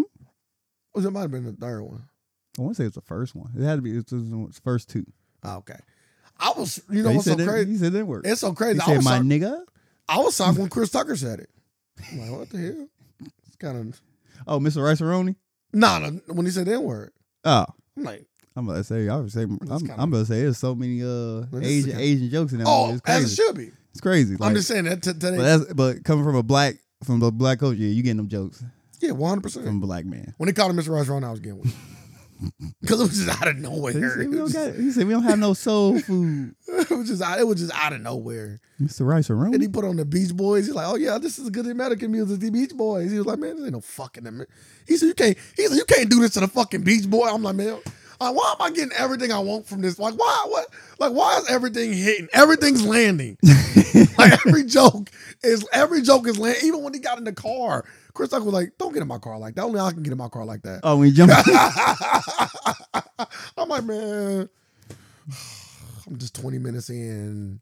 Speaker 2: Was it might have been the third one.
Speaker 1: I want to say it's the first one. It had to be it's the first two.
Speaker 2: Oh, okay, I was
Speaker 1: But
Speaker 2: you know
Speaker 1: he,
Speaker 2: what's so
Speaker 1: said that-
Speaker 2: crazy?
Speaker 1: he said the N word.
Speaker 2: It's so
Speaker 1: He
Speaker 2: crazy. I
Speaker 1: said,
Speaker 2: was
Speaker 1: "My
Speaker 2: so-
Speaker 1: nigga."
Speaker 2: I was shocked when Chris Tucker said it. I'm like, what the hell? It's kind of
Speaker 1: Oh, Mr. Rice Aroni.
Speaker 2: nah, nah. When he said N word,
Speaker 1: Oh,
Speaker 2: I'm like,
Speaker 1: I'm gonna say. I would say. I'm,
Speaker 2: That's kinda-
Speaker 1: I'm gonna say. There's so many uh
Speaker 2: this is
Speaker 1: Asian
Speaker 2: kinda-
Speaker 1: Asian jokes in that
Speaker 2: oh,
Speaker 1: movie. It's
Speaker 2: as it
Speaker 1: crazy.
Speaker 2: should be.
Speaker 1: It's crazy. Like,
Speaker 2: I'm just saying that to
Speaker 1: but,
Speaker 2: today.
Speaker 1: that's, but coming from a black from the black culture, yeah, you getting them jokes
Speaker 2: Yeah, 100.
Speaker 1: from a
Speaker 2: percent
Speaker 1: black man.
Speaker 2: When they called him Mr. Restaurant, I was getting with because it was just out of
Speaker 1: He
Speaker 2: nowhere.
Speaker 1: said,
Speaker 2: It
Speaker 1: we don't
Speaker 2: was,
Speaker 1: got, he said we don't have no soul food.
Speaker 2: it was just out. It was just out of nowhere.
Speaker 1: Mr. Rice
Speaker 2: And
Speaker 1: Aroni.
Speaker 2: he put on the Beach Boys. He's like, oh yeah, this is good American music. The Beach Boys. He was like, man, this ain't no fucking. Amer-. He said, you can't. He said, you can't do this to the fucking Beach Boy. I'm like, man. uh, why am I getting everything I want from this? Like, why? What? Like, why is everything hitting? Everything's landing. like every joke is every joke is land. Even when he got in the car, Chris Tucker was like, "Don't get in my car like that. Only I can get in my car like that."
Speaker 1: Oh, when he jumped.
Speaker 2: I'm like, man, I'm just 20 minutes in,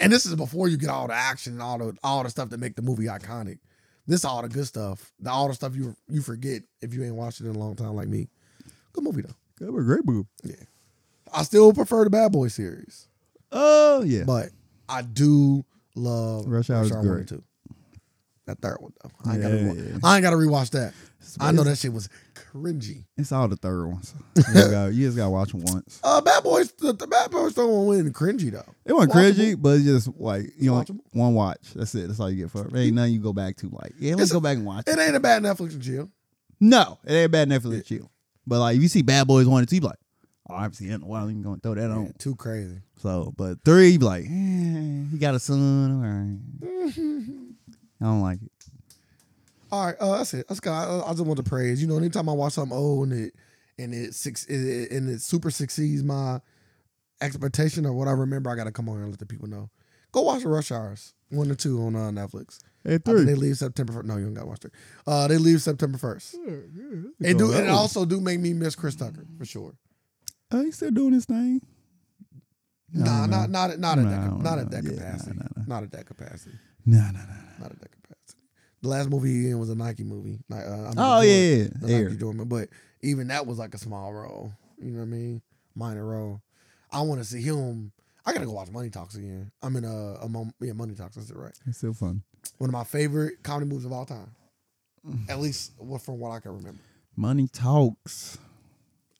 Speaker 2: and this is before you get all the action and all the all the stuff that make the movie iconic. This is all the good stuff, the all the stuff you you forget if you ain't watched it in a long time like me. Good movie though.
Speaker 1: That was a great move.
Speaker 2: I still prefer the Bad Boy series.
Speaker 1: Oh yeah.
Speaker 2: But I do love
Speaker 1: Rush Hour is
Speaker 2: one
Speaker 1: great.
Speaker 2: and two. That third one though, I ain't
Speaker 1: Yeah,
Speaker 2: gotta rewatch.
Speaker 1: yeah.
Speaker 2: I ain't gotta rewatch that.
Speaker 1: It's-
Speaker 2: I know that shit was cringy.
Speaker 1: It's all the third ones. You, just gotta- you just gotta watch them once.
Speaker 2: Uh, Bad Boys, the, the Bad Boys third one wasn't cringy though.
Speaker 1: It wasn't
Speaker 2: Watchable.
Speaker 1: cringy, but it's just like you know,
Speaker 2: watchable.
Speaker 1: one watch. That's it. That's all you get for it. Ain't nothing you go back to. Like, yeah, let's
Speaker 2: It's a-
Speaker 1: go back and watch. it.
Speaker 2: It ain't a bad Netflix and chill.
Speaker 1: No, it ain't bad enough for the chill. But like, if you see Bad Boys one and two, you be like, oh, I haven't seen it in a while. You gonna throw that
Speaker 2: Yeah,
Speaker 1: on?
Speaker 2: too crazy.
Speaker 1: So, but three, you be like, eh, he got a son. All right. I don't like it.
Speaker 2: All right, uh, that's it. That's good. I, I just want to praise. You know, anytime I watch something old and it and it six it, and it super succeeds my expectation or what I remember, I gotta come on here and let the people know. Go watch the Rush Hours one or two on uh, Netflix.
Speaker 1: Hey,
Speaker 2: I think They leave September. Fir- no, you don't got to watch it. Uh, they leave September first. It do. It also do make me miss Chris Tucker for sure.
Speaker 1: Oh, he's still doing his thing. No,
Speaker 2: nah,
Speaker 1: no.
Speaker 2: not not not at
Speaker 1: No,
Speaker 2: that
Speaker 1: no,
Speaker 2: that not at that
Speaker 1: yeah,
Speaker 2: capacity.
Speaker 1: no, no.
Speaker 2: Not at that capacity.
Speaker 1: No, no, no.
Speaker 2: Not at that capacity. The last movie he in was a Nike movie. Like, uh, I'm
Speaker 1: Oh
Speaker 2: Jordan,
Speaker 1: yeah, yeah,
Speaker 2: the
Speaker 1: yeah.
Speaker 2: Nike Jordan, but even that was like a small role. You know what I mean? Minor role. I want to see him. I gotta go watch Money Talks again. I'm in a, a mom, yeah Money Talks. That's it, right?
Speaker 1: It's still fun.
Speaker 2: One of my favorite comedy movies of all time.
Speaker 1: Mm.
Speaker 2: At least what- from what I can remember.
Speaker 1: Money talks.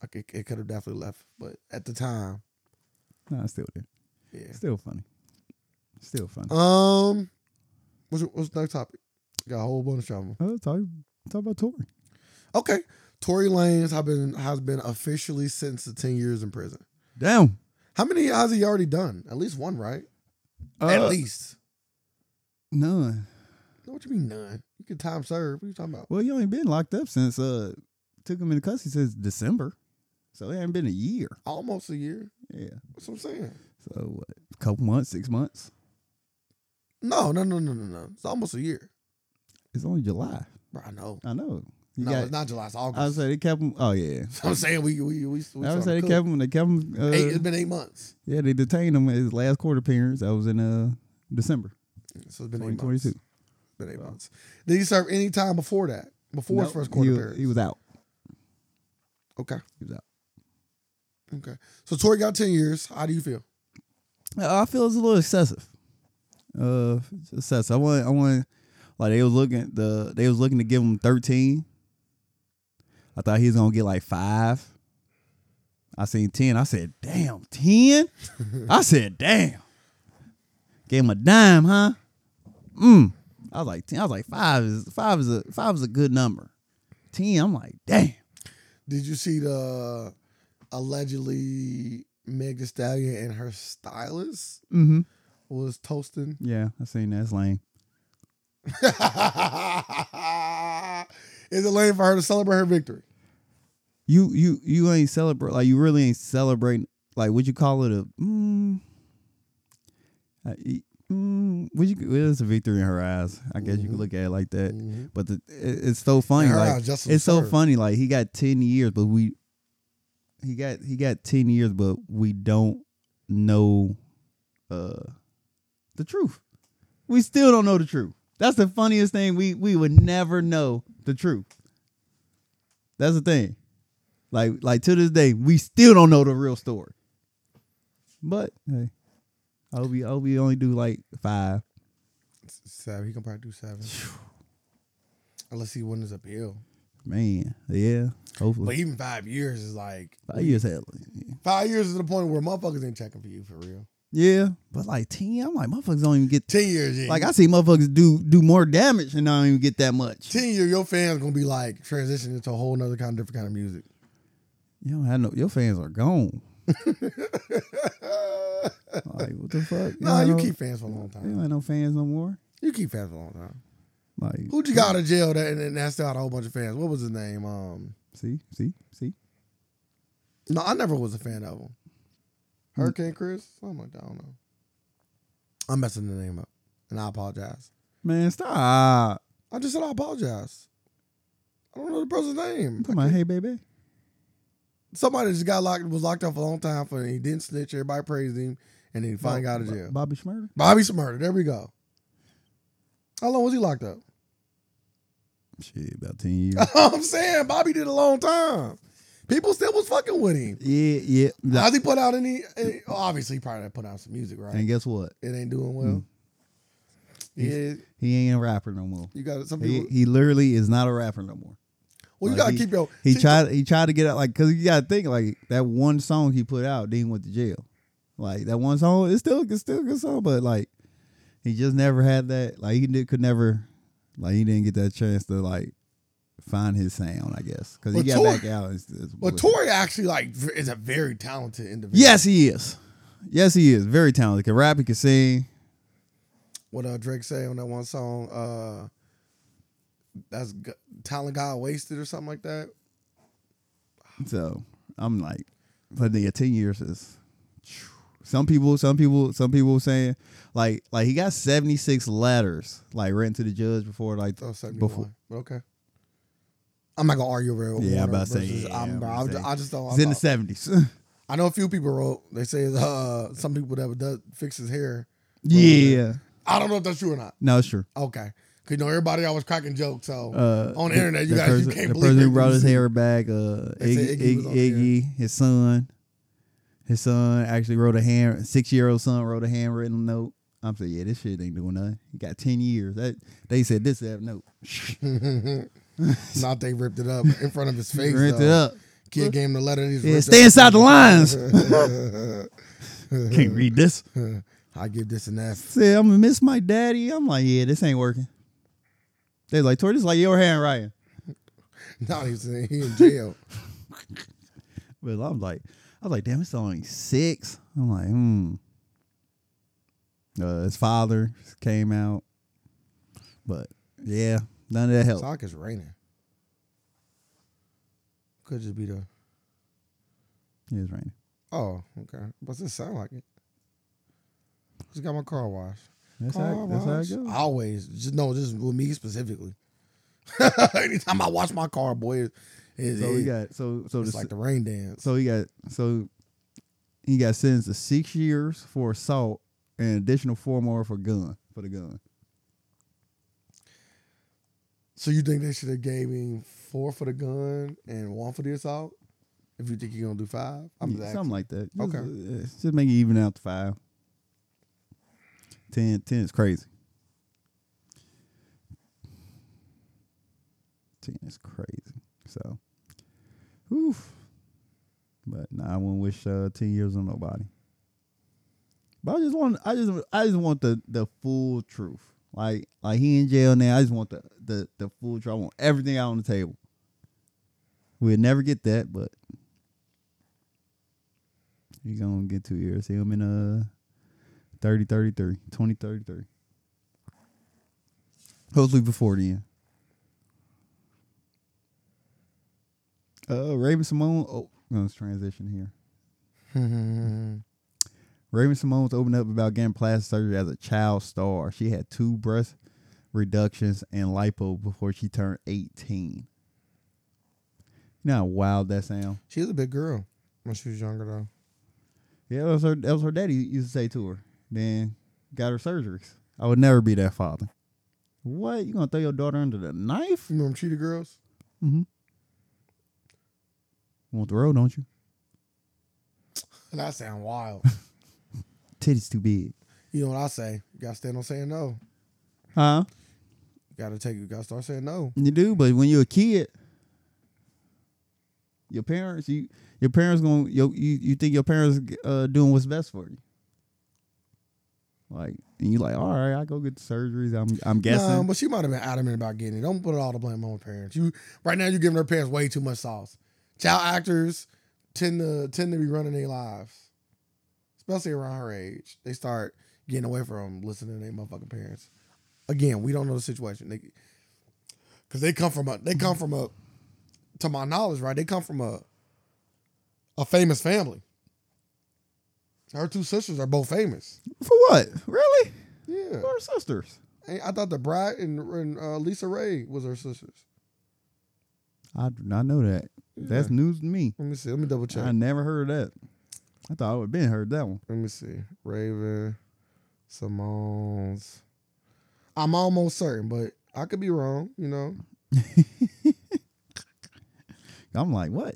Speaker 2: Like it, it could have definitely left, but at the time,
Speaker 1: No, it's still there.
Speaker 2: yeah.
Speaker 1: Still funny. Still funny.
Speaker 2: Um, what's your- what's the next topic? Got a whole bunch of them.
Speaker 1: Uh, talk, talk about Tory.
Speaker 2: Okay, Tory Lanez have been has been officially sentenced to ten years in prison.
Speaker 1: Damn.
Speaker 2: How many has he already done? At least one, right? At least.
Speaker 1: Uh, None.
Speaker 2: What you mean none? You can time serve. What are you talking about?
Speaker 1: Well, he only been locked up since uh took him into custody since December. So it hasn't been a year.
Speaker 2: Almost a year.
Speaker 1: Yeah.
Speaker 2: That's what I'm saying.
Speaker 1: So what? A couple months, six months?
Speaker 2: No, no, no, no, no, no. It's almost a year.
Speaker 1: It's only July.
Speaker 2: Bro, I know.
Speaker 1: I know. You
Speaker 2: no,
Speaker 1: got-
Speaker 2: it's not July. It's
Speaker 1: I would
Speaker 2: August.
Speaker 1: say they kept him. Oh yeah.
Speaker 2: I'm saying we we we. we
Speaker 1: I would
Speaker 2: started
Speaker 1: say they
Speaker 2: cooking.
Speaker 1: kept him. They kept him. Uh,
Speaker 2: Eight, it's been eight months.
Speaker 1: yeah, they detained him at his last court appearance. That was in uh December
Speaker 2: So it's been eight months.
Speaker 1: 2022.
Speaker 2: Been eight months. Did he serve any time before that? Before his
Speaker 1: Nope.
Speaker 2: first court
Speaker 1: he,
Speaker 2: appearance?
Speaker 1: he was out.
Speaker 2: okay.
Speaker 1: He was out.
Speaker 2: Okay. So Tory got ten years. How do you feel?
Speaker 1: I I feel it's a little excessive. Uh, it's excessive. I want. I want. Like they was looking the they was looking to give him thirteen. I thought he was gonna get like five. I seen ten. I said, "Damn, ten? I said, "Damn." Gave him a dime, huh? Mm. I was like ten. I was like five is five is a five is a good number. Ten. I'm like, damn.
Speaker 2: Did you see the allegedly Meg Thee Stallion and her stylist
Speaker 1: Mm-hmm.
Speaker 2: was toasting?
Speaker 1: Yeah, I seen that. It's lame.
Speaker 2: Is it lame for her to celebrate her victory?
Speaker 1: you you you ain't celebrate like you really ain't celebrating like what you call it a mm, I- e- mm, what you well, it's a victory in her eyes I guess you could look at it like that
Speaker 2: Mhm.
Speaker 1: but the, it, it's so funny
Speaker 2: her
Speaker 1: like
Speaker 2: eyes, just
Speaker 1: it's so
Speaker 2: absurd.
Speaker 1: funny like he got ten years but we he got he got ten years but we don't know uh the truth we still don't know the truth that's the funniest thing we we would never know the truth that's the thing. Like like to this day, we still don't know the real story. But hey, I hope we I hope we only do like five.
Speaker 2: Seven. He can probably do seven. Unless he wins his appeal.
Speaker 1: Man, yeah.
Speaker 2: But
Speaker 1: Hopefully,
Speaker 2: even five years is like
Speaker 1: five years hell.
Speaker 2: five years is the point where motherfuckers ain't checking for you for real.
Speaker 1: Yeah, but like ten, I'm like motherfuckers don't even get.
Speaker 2: Ten years, yeah.
Speaker 1: Like I see motherfuckers do do more damage and I don't even get that much.
Speaker 2: ten years, your fans gonna be like transitioning into a whole nother kind of different kind of music.
Speaker 1: You don't have no. Your fans are gone. like what the fuck?
Speaker 2: No, nah,
Speaker 1: don't
Speaker 2: you
Speaker 1: have
Speaker 2: keep fans for a long
Speaker 1: You
Speaker 2: time.
Speaker 1: don't have no fans no more.
Speaker 2: You keep fans for a long time.
Speaker 1: Like
Speaker 2: Who'd you got out of jail that and, and that's out a whole bunch of fans? What was his name? Um
Speaker 1: see see see.
Speaker 2: No, I never was a fan of him. Hurricane Chris? Something like that. I don't know. I'm messing the name up. And I apologize.
Speaker 1: Man, stop.
Speaker 2: I just said I apologize. I don't know the person's name.
Speaker 1: Come on, hey baby.
Speaker 2: Somebody just got locked was locked up for a long time for he didn't snitch, everybody praised him, and then he finally got out of
Speaker 1: Bo-
Speaker 2: jail.
Speaker 1: Bobby Schmurder.
Speaker 2: Bobby Smurder, there we go. How long was he locked up?
Speaker 1: Shit, about ten years.
Speaker 2: I'm saying Bobby did a long time. People still was fucking with him.
Speaker 1: yeah, yeah. Nah.
Speaker 2: Has he put out any? any- obviously, he probably put out some music, right?
Speaker 1: And guess what?
Speaker 2: It ain't doing well. Yeah,
Speaker 1: He ain't a rapper no more.
Speaker 2: you got some
Speaker 1: Mm-hmm. He,
Speaker 2: people.
Speaker 1: he literally is not a rapper no more.
Speaker 2: Well, you
Speaker 1: like,
Speaker 2: gotta
Speaker 1: he-
Speaker 2: keep your.
Speaker 1: He
Speaker 2: see,
Speaker 1: tried. He tried to get out like because you gotta think like that one song he put out. Then he went to jail. Like that one song, it's still it's still a good song, but like he just never had that. Like he did, could never. Like he didn't get that chance to like find his sound. I guess because he
Speaker 2: But
Speaker 1: got
Speaker 2: Tory-
Speaker 1: back out. It's, it's
Speaker 2: But Tori actually like v- is a very talented individual.
Speaker 1: yes, he is. Yes, he is very talented. Can rap. He can sing.
Speaker 2: What uh, Drake say on that one song? Uh, that's g- talent got wasted or something like that.
Speaker 1: So I'm like, but the ten years is. Some people, some people, some people saying like like he got seventy six letters like written to the judge before like
Speaker 2: Oh, 71.
Speaker 1: before
Speaker 2: But okay. I'm not gonna argue over.
Speaker 1: Yeah, I'm
Speaker 2: Warner
Speaker 1: about to say,
Speaker 2: versus-
Speaker 1: yeah,
Speaker 2: I'm-
Speaker 1: I'm about
Speaker 2: I
Speaker 1: to
Speaker 2: just-
Speaker 1: say.
Speaker 2: I just don't.
Speaker 1: it's in
Speaker 2: I'm
Speaker 1: the
Speaker 2: not-
Speaker 1: seventies.
Speaker 2: Oh, I know a few people wrote. They say uh, some people that does fix his hair.
Speaker 1: yeah,
Speaker 2: I don't know if that's true or not.
Speaker 1: no, sure.
Speaker 2: Okay, because you know everybody always cracking jokes. So
Speaker 1: Uh,
Speaker 2: on the internet, you
Speaker 1: the
Speaker 2: guys
Speaker 1: person,
Speaker 2: you can't
Speaker 1: the
Speaker 2: believe
Speaker 1: person who
Speaker 2: it.
Speaker 1: brought his
Speaker 2: You see-
Speaker 1: hair back, uh,
Speaker 2: They
Speaker 1: Iggy,
Speaker 2: said Iggy was
Speaker 1: Iggy,
Speaker 2: on there.
Speaker 1: Iggy, his son, his son actually wrote a hand. Six year old son wrote a handwritten note. I'm saying, yeah, this shit ain't doing nothing. He got ten years. That they said this that note.
Speaker 2: Not they ripped it up in front of his face.
Speaker 1: Ripped
Speaker 2: though.
Speaker 1: it up.
Speaker 2: Kid gave him the letter. and he's
Speaker 1: Yeah,
Speaker 2: ripped
Speaker 1: stay
Speaker 2: up.
Speaker 1: inside the lines. Can't read this.
Speaker 2: I give this an F.
Speaker 1: Said I'm gonna miss my daddy. I'm like, yeah, this ain't working. They like, Tori, this is like your handwriting.
Speaker 2: No, he's in, he in jail.
Speaker 1: But I'm like, I was like, damn, it's only six. I'm like, hmm. Uh, his father came out, but yeah, none of that helped.
Speaker 2: Sock is raining. Could just be the.
Speaker 1: It was raining.
Speaker 2: Oh, okay. But it sound like it. Just got my car washed.
Speaker 1: That's
Speaker 2: car
Speaker 1: how, that's how it
Speaker 2: wash?
Speaker 1: goes.
Speaker 2: Always. Just no, just with me specifically. Anytime I wash my car, boy, it, it,
Speaker 1: So we
Speaker 2: it-
Speaker 1: got so so
Speaker 2: it's
Speaker 1: the,
Speaker 2: like the rain dance.
Speaker 1: so he got so he got sentenced to six years for assault an additional four more for gun for the gun.
Speaker 2: So you think they should have gave him four for the gun and one for the assault? If you think you're gonna do five, I'm
Speaker 1: Yeah,
Speaker 2: just
Speaker 1: something
Speaker 2: asking.
Speaker 1: like that. Just,
Speaker 2: Okay.
Speaker 1: uh, just make it even out to five. Ten, ten is crazy. Ten is crazy. So, oof. But nah, I wouldn't wish uh, ten years on nobody. But I just want, I just, I just want the the full truth. Like, like he in jail now. I just want the the the full truth. I want everything out on the table. We'll never get that, but you gonna get two years. See him in uh 30 33, 20 33. Hopefully before the end. Uh Raven Simone. Oh, let's transition here. Raven Simone's opened up about getting plastic surgery as a child star. She had two breast reductions and lipo before she turned 18. You know how wild that sound?
Speaker 2: she was a big girl when she was younger though.
Speaker 1: Yeah, that was her. That was her daddy used to say to her. Then got her surgeries. I would never be that father. What you gonna throw your daughter under the knife?
Speaker 2: You remember Cheetah Girls?
Speaker 1: Mm-hmm. Want the road, don't you?
Speaker 2: And I sound wild.
Speaker 1: Titty's too big.
Speaker 2: you know what I say? You gotta stand on saying no.
Speaker 1: Huh?
Speaker 2: You gotta take. You gotta start saying no.
Speaker 1: You do, but when you're a kid, your parents, you your parents gonna your, you you think your parents uh doing what's best for you. Like and you like, all right, I go get the surgeries. I'm I'm guessing.
Speaker 2: Nah, but she might have been adamant about getting it. Don't put all the blame on her parents. You right now you're giving her parents way too much sauce. Child actors tend to tend to be running their lives, especially around her age. They start getting away from listening to their motherfucking parents. Again, we don't know the situation. They, Cause they come from a they come from a to my knowledge, right? They come from a a famous family. Her two sisters are both famous.
Speaker 1: for what? Really?
Speaker 2: Yeah.
Speaker 1: We're sisters.
Speaker 2: Hey, I thought the bride and, and uh, Lisa Ray was her sisters.
Speaker 1: I do not know that. That's
Speaker 2: Yeah.
Speaker 1: news to me.
Speaker 2: Let me see. Let me double check.
Speaker 1: I never heard that. I thought I would have been heard that one.
Speaker 2: Let me see. Raven, Simone's. I'm almost certain, but I could be wrong. You know,
Speaker 1: I'm like, what?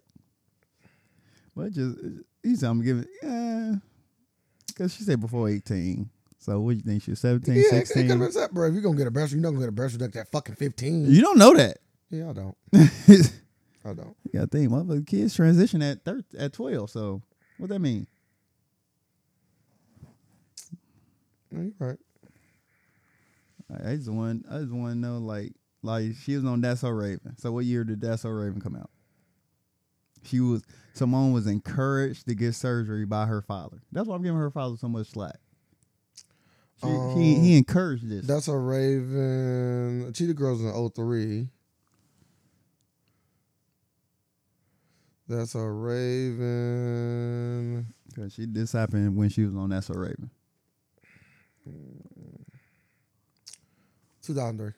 Speaker 1: But just you said I'm giving yeah. Cause she said before 18. So what do you think? She was 17,
Speaker 2: yeah, it- it could
Speaker 1: 16?
Speaker 2: have been that, bro. If you're gonna get a breast, you're not gonna get a breast reduction at fucking 15.
Speaker 1: You don't know that.
Speaker 2: yeah, I don't.
Speaker 1: you
Speaker 2: I don't.
Speaker 1: gotta think, motherfucking kids transition at thir- at 12. So what that mean?
Speaker 2: No, you're right.
Speaker 1: I I just want I just want to know like like she was on That's So Raven. So what year did That's So Raven come out? She was Simone was encouraged to get surgery by her father. That's why I'm giving her father so much slack. She, he,
Speaker 2: Um,
Speaker 1: he encouraged this.
Speaker 2: That's a Raven. Cheetah Girls oh in 03. That's a Raven.
Speaker 1: 'Cause she this happened when she was on That's So Raven.
Speaker 2: 2003.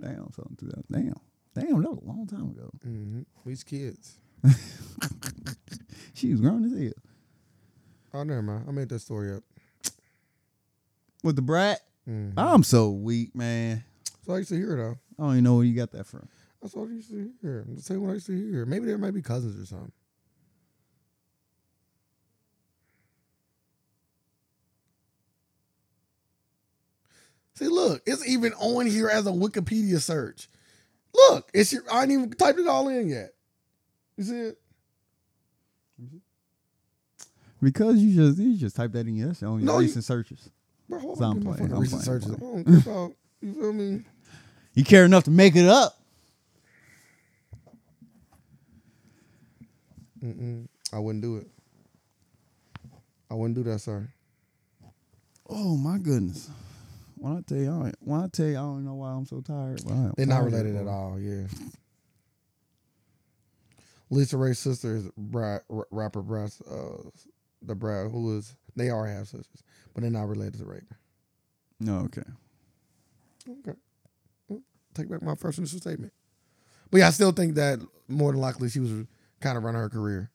Speaker 1: Damn, something to that. Damn, damn, that was a long time ago.
Speaker 2: Mm-hmm. We's kids.
Speaker 1: She was grown as hell
Speaker 2: Oh, never mind. I made that story up.
Speaker 1: with the brat.
Speaker 2: Mm.
Speaker 1: I'm so weak, man.
Speaker 2: So I used to hear it, though.
Speaker 1: I don't even know where you got that from.
Speaker 2: That's all I used to hear. The same one I used to hear. Maybe there might be cousins or something. See, look, it's even on here as a Wikipedia search. Look, it's your, I ain't even typed it all in yet. You see it?
Speaker 1: Because you just you just type that in. That's your only
Speaker 2: No, you-
Speaker 1: recent searches.
Speaker 2: Bro, hold
Speaker 1: So
Speaker 2: on.
Speaker 1: I'm
Speaker 2: give me my
Speaker 1: playing,
Speaker 2: fucking
Speaker 1: I'm
Speaker 2: recent
Speaker 1: playing,
Speaker 2: searches.
Speaker 1: I'm
Speaker 2: I don't care about, you feel me?
Speaker 1: You care enough to make it up.
Speaker 2: Mm-mm. I wouldn't do it. I wouldn't do that, sir.
Speaker 1: Oh my goodness. When I tell you, I, when I tell you, I don't know why I'm so tired. but I am
Speaker 2: They're not
Speaker 1: tired,
Speaker 2: related
Speaker 1: bro.
Speaker 2: at all. Yeah. Lisa Ray's sister is Brad, r- rapper Brad, uh, the Brad who is they are half sisters, but they're not related to Ray.
Speaker 1: No, okay.
Speaker 2: Okay, Mm, take back my first initial statement. But yeah, I still think that more than likely she was kind of running her career,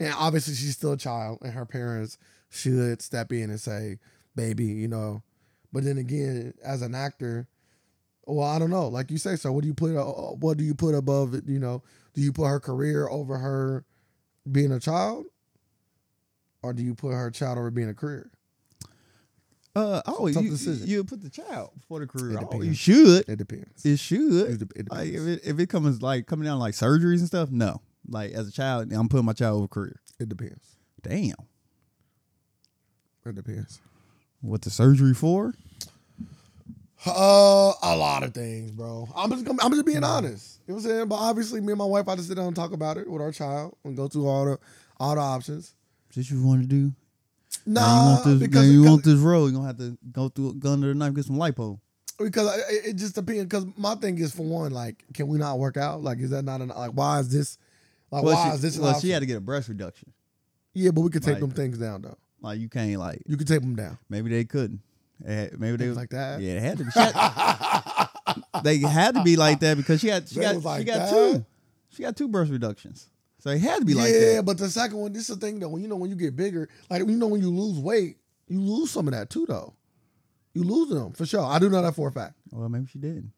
Speaker 2: and obviously she's still a child, and her parents should step in and say, baby, you know. But then again, as an actor, well, I don't know. Like you say, so what do you put? uh, What do you put above? it, You know, do you put her career over her being a child, or do you put her child over being a career?
Speaker 1: Uh, oh,
Speaker 2: Tough
Speaker 1: you,
Speaker 2: decision.
Speaker 1: you put the child before the career.
Speaker 2: It
Speaker 1: Oh, you
Speaker 2: depends.
Speaker 1: should.
Speaker 2: It depends.
Speaker 1: It should.
Speaker 2: It dep- it
Speaker 1: Like if
Speaker 2: depends.
Speaker 1: it, if it comes like coming down like surgeries and stuff, no. Like as a child, I'm putting my child over career.
Speaker 2: It depends.
Speaker 1: Damn,
Speaker 2: It depends.
Speaker 1: what the surgery for?
Speaker 2: Uh, a lot of things, bro. I'm just gonna, I'm just being
Speaker 1: Mm-hmm.
Speaker 2: honest. You know what I'm saying? But obviously, me and my wife, I just sit down and talk about it with our child and go through all the all the options.
Speaker 1: Is this you want to do? Now you
Speaker 2: Nah,
Speaker 1: want this, now
Speaker 2: because
Speaker 1: you
Speaker 2: because,
Speaker 1: want this road. You gonna have to go through go under the knife, get some lipo.
Speaker 2: because I- it, it just depends. Because my thing is, for one, like, can we not work out? Like, is that not an like? Why is this? Like,
Speaker 1: Well,
Speaker 2: why
Speaker 1: she,
Speaker 2: is this? an
Speaker 1: well,
Speaker 2: option?
Speaker 1: she had to get a breast reduction.
Speaker 2: yeah, but we could take
Speaker 1: like-
Speaker 2: them things down though.
Speaker 1: Like you can't like
Speaker 2: You could take them down.
Speaker 1: maybe they couldn't. They had- Maybe they
Speaker 2: Things like that.
Speaker 1: Yeah, they had to be. she had- they had to be like that because she had she
Speaker 2: They
Speaker 1: got
Speaker 2: was like
Speaker 1: she got
Speaker 2: that?
Speaker 1: two she got two breast reductions. So it had to be
Speaker 2: yeah,
Speaker 1: like that.
Speaker 2: but the second one, this is the thing though. When you know when you get bigger, like you know when you lose weight, you lose some of that too though. You lose them for sure. I do know that for a fact.
Speaker 1: Well, maybe she didn't.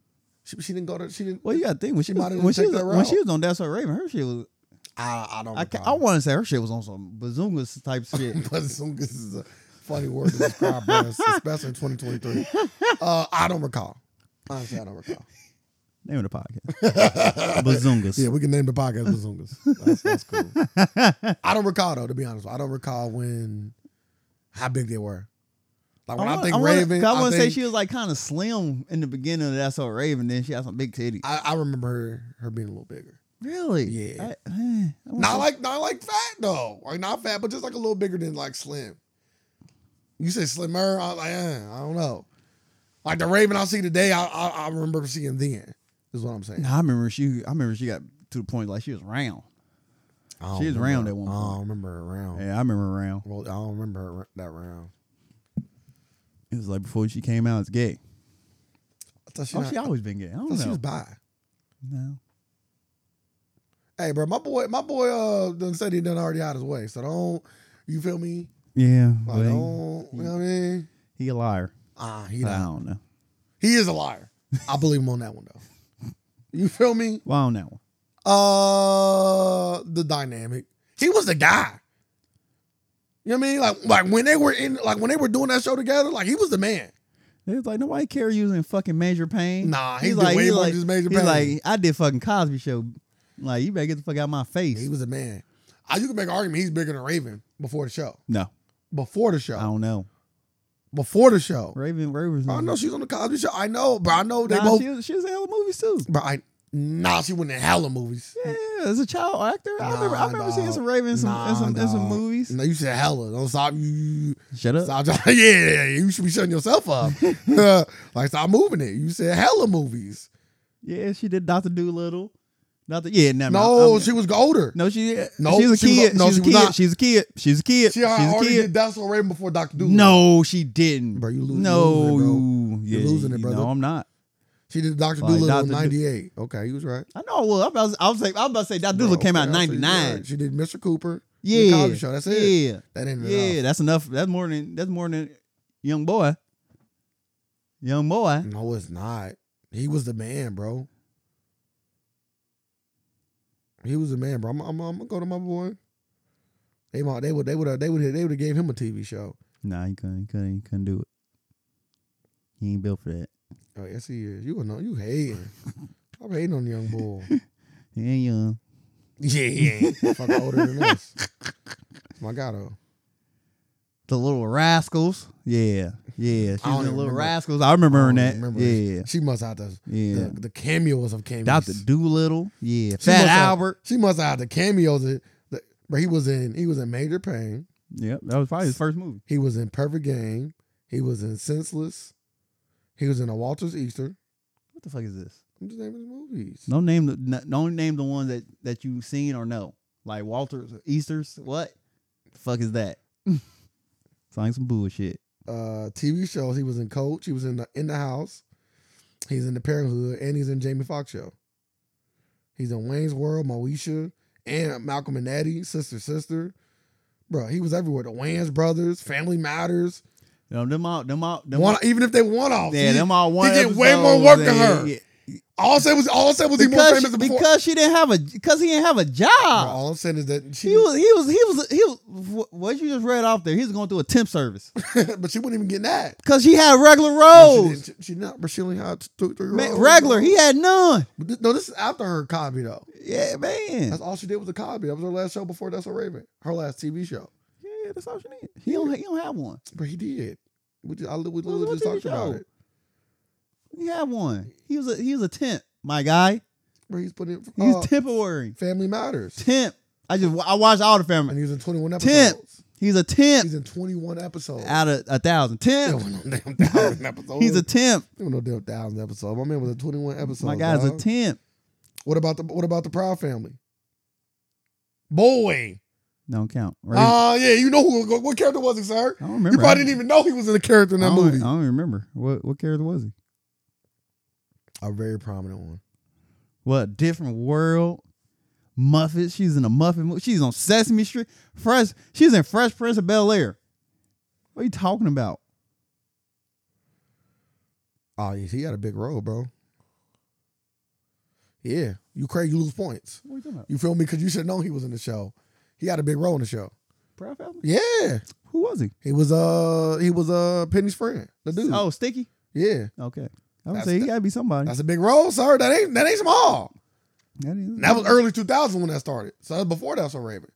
Speaker 2: She, she didn't go to. She didn't.
Speaker 1: Well, you got to think when she,
Speaker 2: She
Speaker 1: was,
Speaker 2: might have
Speaker 1: when
Speaker 2: didn't
Speaker 1: she
Speaker 2: take
Speaker 1: was
Speaker 2: that
Speaker 1: when she
Speaker 2: route.
Speaker 1: was on That's Her Raven, her shit was.
Speaker 2: I, I don't.
Speaker 1: I, ca- I want to say her shit was on some bazungas type shit.
Speaker 2: Bazungas is a funny word to describe breasts, especially in 2023. Uh, I don't recall. Honestly, I don't recall.
Speaker 1: Name of the podcast. bazungas.
Speaker 2: Yeah, we can name the podcast Bazungas. That's, that's cool. I don't recall though. To be honest, I don't recall when how big they were. Like when I,
Speaker 1: wanna-
Speaker 2: think
Speaker 1: wanna- 'cause
Speaker 2: Raven,
Speaker 1: I want to say
Speaker 2: think-
Speaker 1: she was like kind of slim in the beginning of That's So Raven. Then she had some big titties.
Speaker 2: I, I remember her, her being a little bigger.
Speaker 1: really?
Speaker 2: Yeah.
Speaker 1: I- eh, I wanna
Speaker 2: Not
Speaker 1: say-
Speaker 2: like not like fat though. Like not fat, but just like a little bigger than like slim. You say slimmer, I was like, eh, I don't know. Like the Raven I see today, I, I I remember seeing then. Is what I'm saying.
Speaker 1: Nah, I remember she. I remember she got to the point like she was round.
Speaker 2: I don't
Speaker 1: She was
Speaker 2: remember-
Speaker 1: round at one
Speaker 2: I
Speaker 1: point.
Speaker 2: don't remember her round.
Speaker 1: Yeah, I remember round.
Speaker 2: Well, I don't remember her, ra- that round.
Speaker 1: It was like before she came out as gay.
Speaker 2: I thought she,
Speaker 1: Oh,
Speaker 2: not-
Speaker 1: she always been gay. I
Speaker 2: I
Speaker 1: don't
Speaker 2: thought she
Speaker 1: know.
Speaker 2: was bi.
Speaker 1: no.
Speaker 2: Hey, bro, my boy, my boy, uh, done said he done already out his way. So don't, you feel me?
Speaker 1: Yeah.
Speaker 2: Like,
Speaker 1: but he-
Speaker 2: don't, you know what I mean?
Speaker 1: he a liar.
Speaker 2: Ah, he
Speaker 1: I
Speaker 2: not.
Speaker 1: don't know.
Speaker 2: He is a liar. I believe him on that one though. You feel me?
Speaker 1: Well, I don't know.
Speaker 2: Uh, the dynamic. He was the guy. You know what I mean? Like, like when they were in, like when they were doing that show together, like he was the man.
Speaker 1: It was like nobody care using fucking major pain.
Speaker 2: Nah, he did way more than just Major
Speaker 1: he
Speaker 2: Payne.
Speaker 1: like I did fucking Cosby show. Like you better get the fuck out of my face.
Speaker 2: He was the man. I, you can make an argument he's bigger than Raven before the show.
Speaker 1: no,
Speaker 2: Before the
Speaker 1: I
Speaker 2: show.
Speaker 1: don't know.
Speaker 2: Before the show.
Speaker 1: Raven Raven's
Speaker 2: I
Speaker 1: on-
Speaker 2: know she's on the Cosby Show. I know, but I know they
Speaker 1: Nah,
Speaker 2: both.
Speaker 1: she, was, she was in hella movies too.
Speaker 2: But I nah, she went in hella movies.
Speaker 1: Yeah, as a child actor, I remember. I
Speaker 2: Nah,
Speaker 1: remember
Speaker 2: dawg.
Speaker 1: seeing some Raven in some in
Speaker 2: Nah,
Speaker 1: some, in some
Speaker 2: dawg. Mm.
Speaker 1: movies.
Speaker 2: No, you said hella. Don't stop you.
Speaker 1: Shut up.
Speaker 2: Stop, yeah, yeah, you should be shutting yourself up. like stop moving it. You said hella movies.
Speaker 1: Yeah, she did Doctor Doolittle. Doctor. Yeah, nah, nah,
Speaker 2: No,
Speaker 1: I'm-
Speaker 2: she was older.
Speaker 1: No, she. did-
Speaker 2: No,
Speaker 1: she's a
Speaker 2: she was-
Speaker 1: kid.
Speaker 2: no,
Speaker 1: she's,
Speaker 2: she
Speaker 1: a
Speaker 2: was
Speaker 1: kid.
Speaker 2: not.
Speaker 1: she's a kid. She's a kid.
Speaker 2: She
Speaker 1: She's a
Speaker 2: already
Speaker 1: kid.
Speaker 2: did That's Raven before Doctor Doolittle.
Speaker 1: No, she didn't.
Speaker 2: Bro, you lo- you
Speaker 1: no,
Speaker 2: losing
Speaker 1: you
Speaker 2: You're losing it,
Speaker 1: you-
Speaker 2: brother.
Speaker 1: No, I'm not.
Speaker 2: she did Doctor
Speaker 1: Like,
Speaker 2: Doolittle in
Speaker 1: Dr. Do-
Speaker 2: '98. okay, he was right.
Speaker 1: I know. Well, I'm about to, I was like, I'm about to say that
Speaker 2: Bro,
Speaker 1: Doodle came out in
Speaker 2: okay, I'll say you
Speaker 1: '99.
Speaker 2: right. She did Mr. Cooper. the
Speaker 1: Yeah,
Speaker 2: Cosby Show. That's it.
Speaker 1: Yeah,
Speaker 2: That ain't
Speaker 1: yeah. That's enough. That's more than that's more than young boy. Young boy.
Speaker 2: enough. No, it's not. He was the man, bro. He was the man, bro. I'm, I'm, I'm gonna go to my boy. They might, they would, they would, they would, they would have gave him a TV show.
Speaker 1: Nah, he couldn't. He couldn't. He couldn't do it. He ain't built for that.
Speaker 2: Oh yes, he is. You know, you hating. I'm hating on the young boy.
Speaker 1: He ain't young.
Speaker 2: Yeah, fucking older than us. My God, though.
Speaker 1: The little rascals. Yeah, yeah. She's
Speaker 2: I
Speaker 1: in
Speaker 2: don't
Speaker 1: the
Speaker 2: even
Speaker 1: little
Speaker 2: remember.
Speaker 1: rascals. I remember her in
Speaker 2: I
Speaker 1: that.
Speaker 2: don't remember.
Speaker 1: yeah,
Speaker 2: she must have the,
Speaker 1: yeah.
Speaker 2: the the cameos of cameos.
Speaker 1: Doctor Doolittle. Yeah,
Speaker 2: She
Speaker 1: Fat
Speaker 2: must have-
Speaker 1: Albert.
Speaker 2: she must have the cameos. Of, the, but he was in he was in Major Pain.
Speaker 1: Yep, that was probably his first movie.
Speaker 2: He was in Perfect Game. He was in Senseless. He was in a Walter's Easter.
Speaker 1: What the fuck is this?
Speaker 2: I'm just naming the movies.
Speaker 1: Don't name the n- don't name the ones that that you've seen or know. Like Walters, Easter's. What the fuck is that? Sounds some bullshit.
Speaker 2: Uh, TV shows. He was in Coach. He was in the In the House. He's in the Parenthood, and he's in Jamie Foxx show. He's in Wayne's World, Moesha, and Malcolm and Eddie, Sister Sister. Bro, he was everywhere. The Wayans Brothers, Family Matters.
Speaker 1: You know, them all, them all, them
Speaker 2: One,
Speaker 1: all-
Speaker 2: even if they want off,
Speaker 1: yeah,
Speaker 2: he,
Speaker 1: them all one.
Speaker 2: he did way more
Speaker 1: episodes
Speaker 2: work than
Speaker 1: and-
Speaker 2: her.
Speaker 1: yeah.
Speaker 2: All I said was, all I said was he more
Speaker 1: Because,
Speaker 2: famous
Speaker 1: she,
Speaker 2: than before.
Speaker 1: because she didn't have a, because he didn't have a
Speaker 2: Bro,
Speaker 1: job.
Speaker 2: all I'm saying is that she,
Speaker 1: He was, he was, he was, he was. wh- What you just read off there? He was going through a temp service
Speaker 2: but she wouldn't even get that.
Speaker 1: because she had regular
Speaker 2: No, She,
Speaker 1: roles,
Speaker 2: didn't. she, she not, but she only had two, three
Speaker 1: Ma-
Speaker 2: roles,
Speaker 1: regular.
Speaker 2: bro.
Speaker 1: Oh. He had none.
Speaker 2: But this- no, this is after her Cosby though.
Speaker 1: Yeah, man.
Speaker 2: That's all she did was a Cosby. That was her last show before That's a Raven, her last TV show.
Speaker 1: Yeah, that's all she needed. He don't, he don't have one.
Speaker 2: But he did. We just, I, li- we
Speaker 1: What-
Speaker 2: literally
Speaker 1: what
Speaker 2: just
Speaker 1: TV
Speaker 2: talked about
Speaker 1: show?
Speaker 2: it.
Speaker 1: He had one. He was a, he was a temp, my guy.
Speaker 2: But he's putting in
Speaker 1: He's
Speaker 2: uh,
Speaker 1: temporary.
Speaker 2: Family Matters,
Speaker 1: Temp. I just, I watched all the
Speaker 2: and
Speaker 1: family.
Speaker 2: he was in 21
Speaker 1: Ten.
Speaker 2: episodes.
Speaker 1: He's a temp
Speaker 2: He's in 21 episodes.
Speaker 1: out of a thousand.
Speaker 2: There
Speaker 1: Temp.
Speaker 2: was no damn thousand episodes.
Speaker 1: He's a temp.
Speaker 2: there was no damn thousand episode. My man was a 21 episode.
Speaker 1: My guy's a
Speaker 2: dog.
Speaker 1: temp.
Speaker 2: What about the What about the Proud Family? Boy,
Speaker 1: Don't count. Right?
Speaker 2: oh yeah, you know who what character was it, sir?
Speaker 1: I don't
Speaker 2: You
Speaker 1: remember.
Speaker 2: probably didn't even know he was in a character in
Speaker 1: I
Speaker 2: that
Speaker 1: don't,
Speaker 2: movie.
Speaker 1: I don't remember. What what character was he?
Speaker 2: A very prominent one.
Speaker 1: What different world? Muffet. She's in a Muffet movie. She's on Sesame Street. Fresh. She's in Fresh Prince of Bel Air. What are you talking about?
Speaker 2: Oh yeah, he had a big role, bro. Yeah, you crazy, you lose points.
Speaker 1: What are you talking about?
Speaker 2: You feel me? Because you should know he was in the show. He had a big role in the show.
Speaker 1: Proud Family?
Speaker 2: Yeah,
Speaker 1: Who was he?
Speaker 2: he was uh he was uh Penny's friend, the dude.
Speaker 1: Oh, Sticky.
Speaker 2: Yeah,
Speaker 1: Okay. I would
Speaker 2: That's
Speaker 1: say he
Speaker 2: the-
Speaker 1: gotta be somebody.
Speaker 2: that's a big role, sir. That ain't that ain't small.
Speaker 1: That is-
Speaker 2: That was early 2000 when that started. So that was before that's a Raven.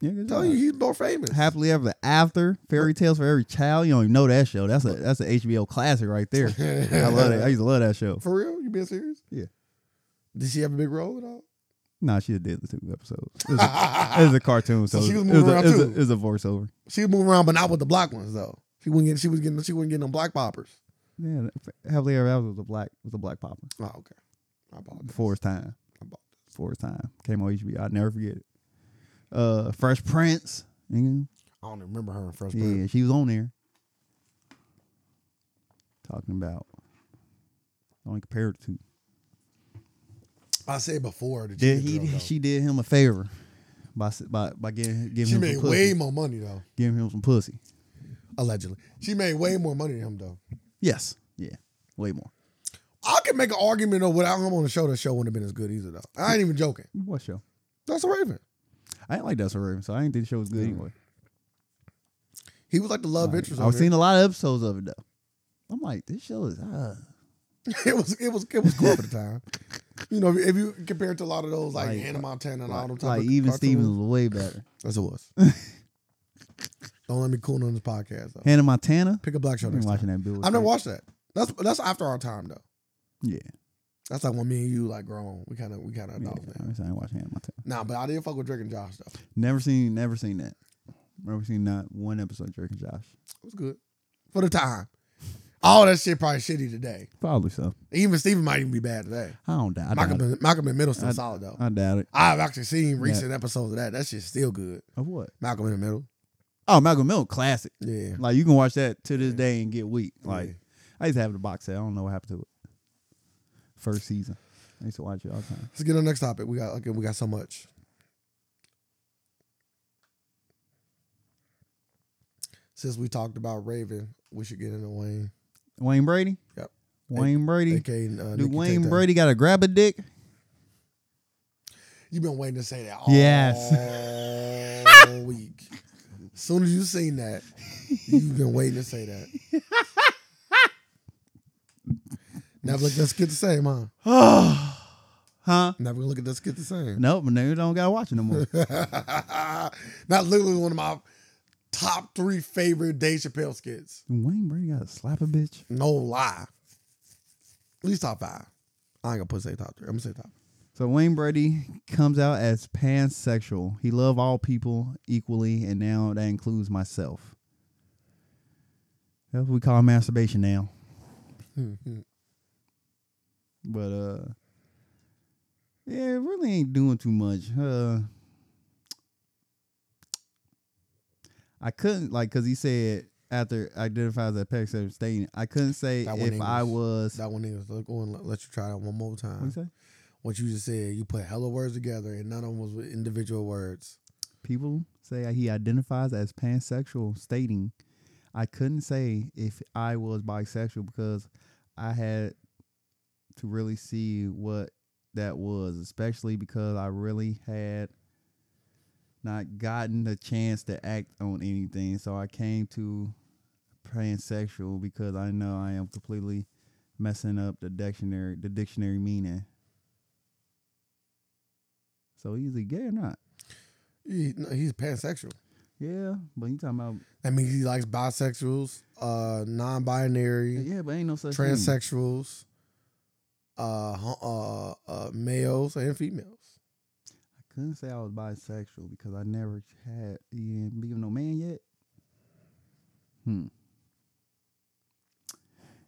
Speaker 1: Yeah, good
Speaker 2: I'm telling
Speaker 1: job.
Speaker 2: you, he's more famous.
Speaker 1: Happily Ever After, Fairy Tales for Every Child. You don't even know that show. That's a that's a HBO classic right there. I love it. I used to love that show.
Speaker 2: For real? You being serious?
Speaker 1: Yeah.
Speaker 2: Did she have a big role at all?
Speaker 1: Nah, she did the two episodes. It was a, it was a cartoon, so,
Speaker 2: So she was
Speaker 1: it, was
Speaker 2: moving
Speaker 1: a,
Speaker 2: around
Speaker 1: it, was a,
Speaker 2: too.
Speaker 1: it was a voiceover.
Speaker 2: she was moving around, but not with the black ones though. She wouldn't get. She was getting. She wasn't getting them black poppers.
Speaker 1: Yeah, Happily Ever After was a black was a black popper.
Speaker 2: Oh, okay. I apologize.
Speaker 1: Before its time.
Speaker 2: I bought
Speaker 1: Before its time. Came on HBO. I'll never forget it. Uh Fresh Prince. nigga.
Speaker 2: I don't even remember her in Fresh Prince.
Speaker 1: Yeah, she was on there. Talking about only compared to
Speaker 2: I said before. that
Speaker 1: did
Speaker 2: she,
Speaker 1: he
Speaker 2: was a girl,
Speaker 1: she did him a favor by s- by by getting
Speaker 2: though.
Speaker 1: giving
Speaker 2: she
Speaker 1: him
Speaker 2: made
Speaker 1: some pussy.
Speaker 2: way more money though.
Speaker 1: giving him some pussy.
Speaker 2: Allegedly, she made way more money than him though.
Speaker 1: Yes. Yeah. Way more.
Speaker 2: I can make an argument though without him on the show. The show wouldn't have been as good either though. I ain't even joking.
Speaker 1: What show?
Speaker 2: That's a Raven.
Speaker 1: I didn't like That's a Raven, so I didn't think the show was good anyway.
Speaker 2: He was like Mm. the love interest. on
Speaker 1: I've
Speaker 2: it.
Speaker 1: seen a lot of episodes of it though. I'm like, this show is uh,
Speaker 2: it was it was it was cool for the time. You know, if you compare it to a lot of those like,
Speaker 1: Like- uh,
Speaker 2: Hannah Montana and all them
Speaker 1: like,
Speaker 2: type
Speaker 1: like
Speaker 2: of
Speaker 1: even
Speaker 2: cartoons.
Speaker 1: Stevens was way better.
Speaker 2: That's it was. Don't let me cool on this podcast though.
Speaker 1: Hannah Montana.
Speaker 2: Pick a black show
Speaker 1: I've been
Speaker 2: next time.
Speaker 1: watching that Bill.
Speaker 2: I've never watched that. That's that's after our time though.
Speaker 1: Yeah.
Speaker 2: That's like when me and you like grown. We kind of we kind of
Speaker 1: yeah
Speaker 2: adults
Speaker 1: I
Speaker 2: now.
Speaker 1: ain't watching Hannah Montana.
Speaker 2: Nah, but I didn't fuck with Drake and Josh though.
Speaker 1: Never seen. Never seen that. Never seen not one episode of Drake and Josh.
Speaker 2: It was good for the time. All that shit probably shitty today.
Speaker 1: Probably so.
Speaker 2: Even Steven might even be bad today.
Speaker 1: I don't doubt. I doubt,
Speaker 2: Malcolm
Speaker 1: it.
Speaker 2: and, Malcolm and Middleton
Speaker 1: I-
Speaker 2: solid though.
Speaker 1: I doubt it.
Speaker 2: I, have actually seen recent episodes of that. That shit's still good.
Speaker 1: Of what?
Speaker 2: Malcolm in the Middle.
Speaker 1: Oh, Malcolm Mill, classic.
Speaker 2: Yeah.
Speaker 1: Like you can watch that to this day and get weak. Like
Speaker 2: Yeah.
Speaker 1: I used to have the box set. I don't know what happened to it. First season. I used to watch it all the time.
Speaker 2: Let's get on the next topic. We got okay, we got so much. Since we talked about Raven, we should get into Wayne.
Speaker 1: Wayne Brady.
Speaker 2: Yep.
Speaker 1: Wayne Brady.
Speaker 2: AKA, uh,
Speaker 1: Do
Speaker 2: Nikki
Speaker 1: Wayne
Speaker 2: Tate.
Speaker 1: Brady got to grab a dick?
Speaker 2: You've been waiting to say that all
Speaker 1: Yes.
Speaker 2: week. As soon as you seen that, you've been waiting to say that. Never look at us get the same, huh?
Speaker 1: huh?
Speaker 2: Never gonna look at us get the same.
Speaker 1: Nope, but nigga don't gotta watch it no more.
Speaker 2: Not literally one of my top three favorite Dave Chappelle skits.
Speaker 1: Wayne Brady gotta slap a bitch.
Speaker 2: No lie. At least top five. I ain't gonna put say top three. I'm gonna say top.
Speaker 1: So Wayne Brady comes out as pansexual. He love all people equally, and now that includes myself. That's what we call masturbation now. But uh Yeah, it really ain't doing too much. Uh I couldn't like cause he said after identifies as pansexual stating, I couldn't say
Speaker 2: That one
Speaker 1: if I
Speaker 2: English.
Speaker 1: was
Speaker 2: That one is. Look on. Let you try that one more
Speaker 1: what you
Speaker 2: time.
Speaker 1: say?
Speaker 2: What you just said. You put hella words together, and none of them was with individual words.
Speaker 1: People say he identifies as pansexual, stating, I couldn't say if I was bisexual because I had to really see what that was, especially because I really had not gotten the chance to act on anything. So I came to pansexual because I know I am completely messing up the dictionary the dictionary meaning. So he's a gay or not?
Speaker 2: He, no, he's pansexual.
Speaker 1: Yeah, but you talking about
Speaker 2: That means he likes bisexuals, uh, non-binary,
Speaker 1: yeah, but ain't no such thing.
Speaker 2: transsexuals, uh, ho- uh, uh, males and females.
Speaker 1: I couldn't say I was bisexual because I never had you ain't been no man yet. Hmm.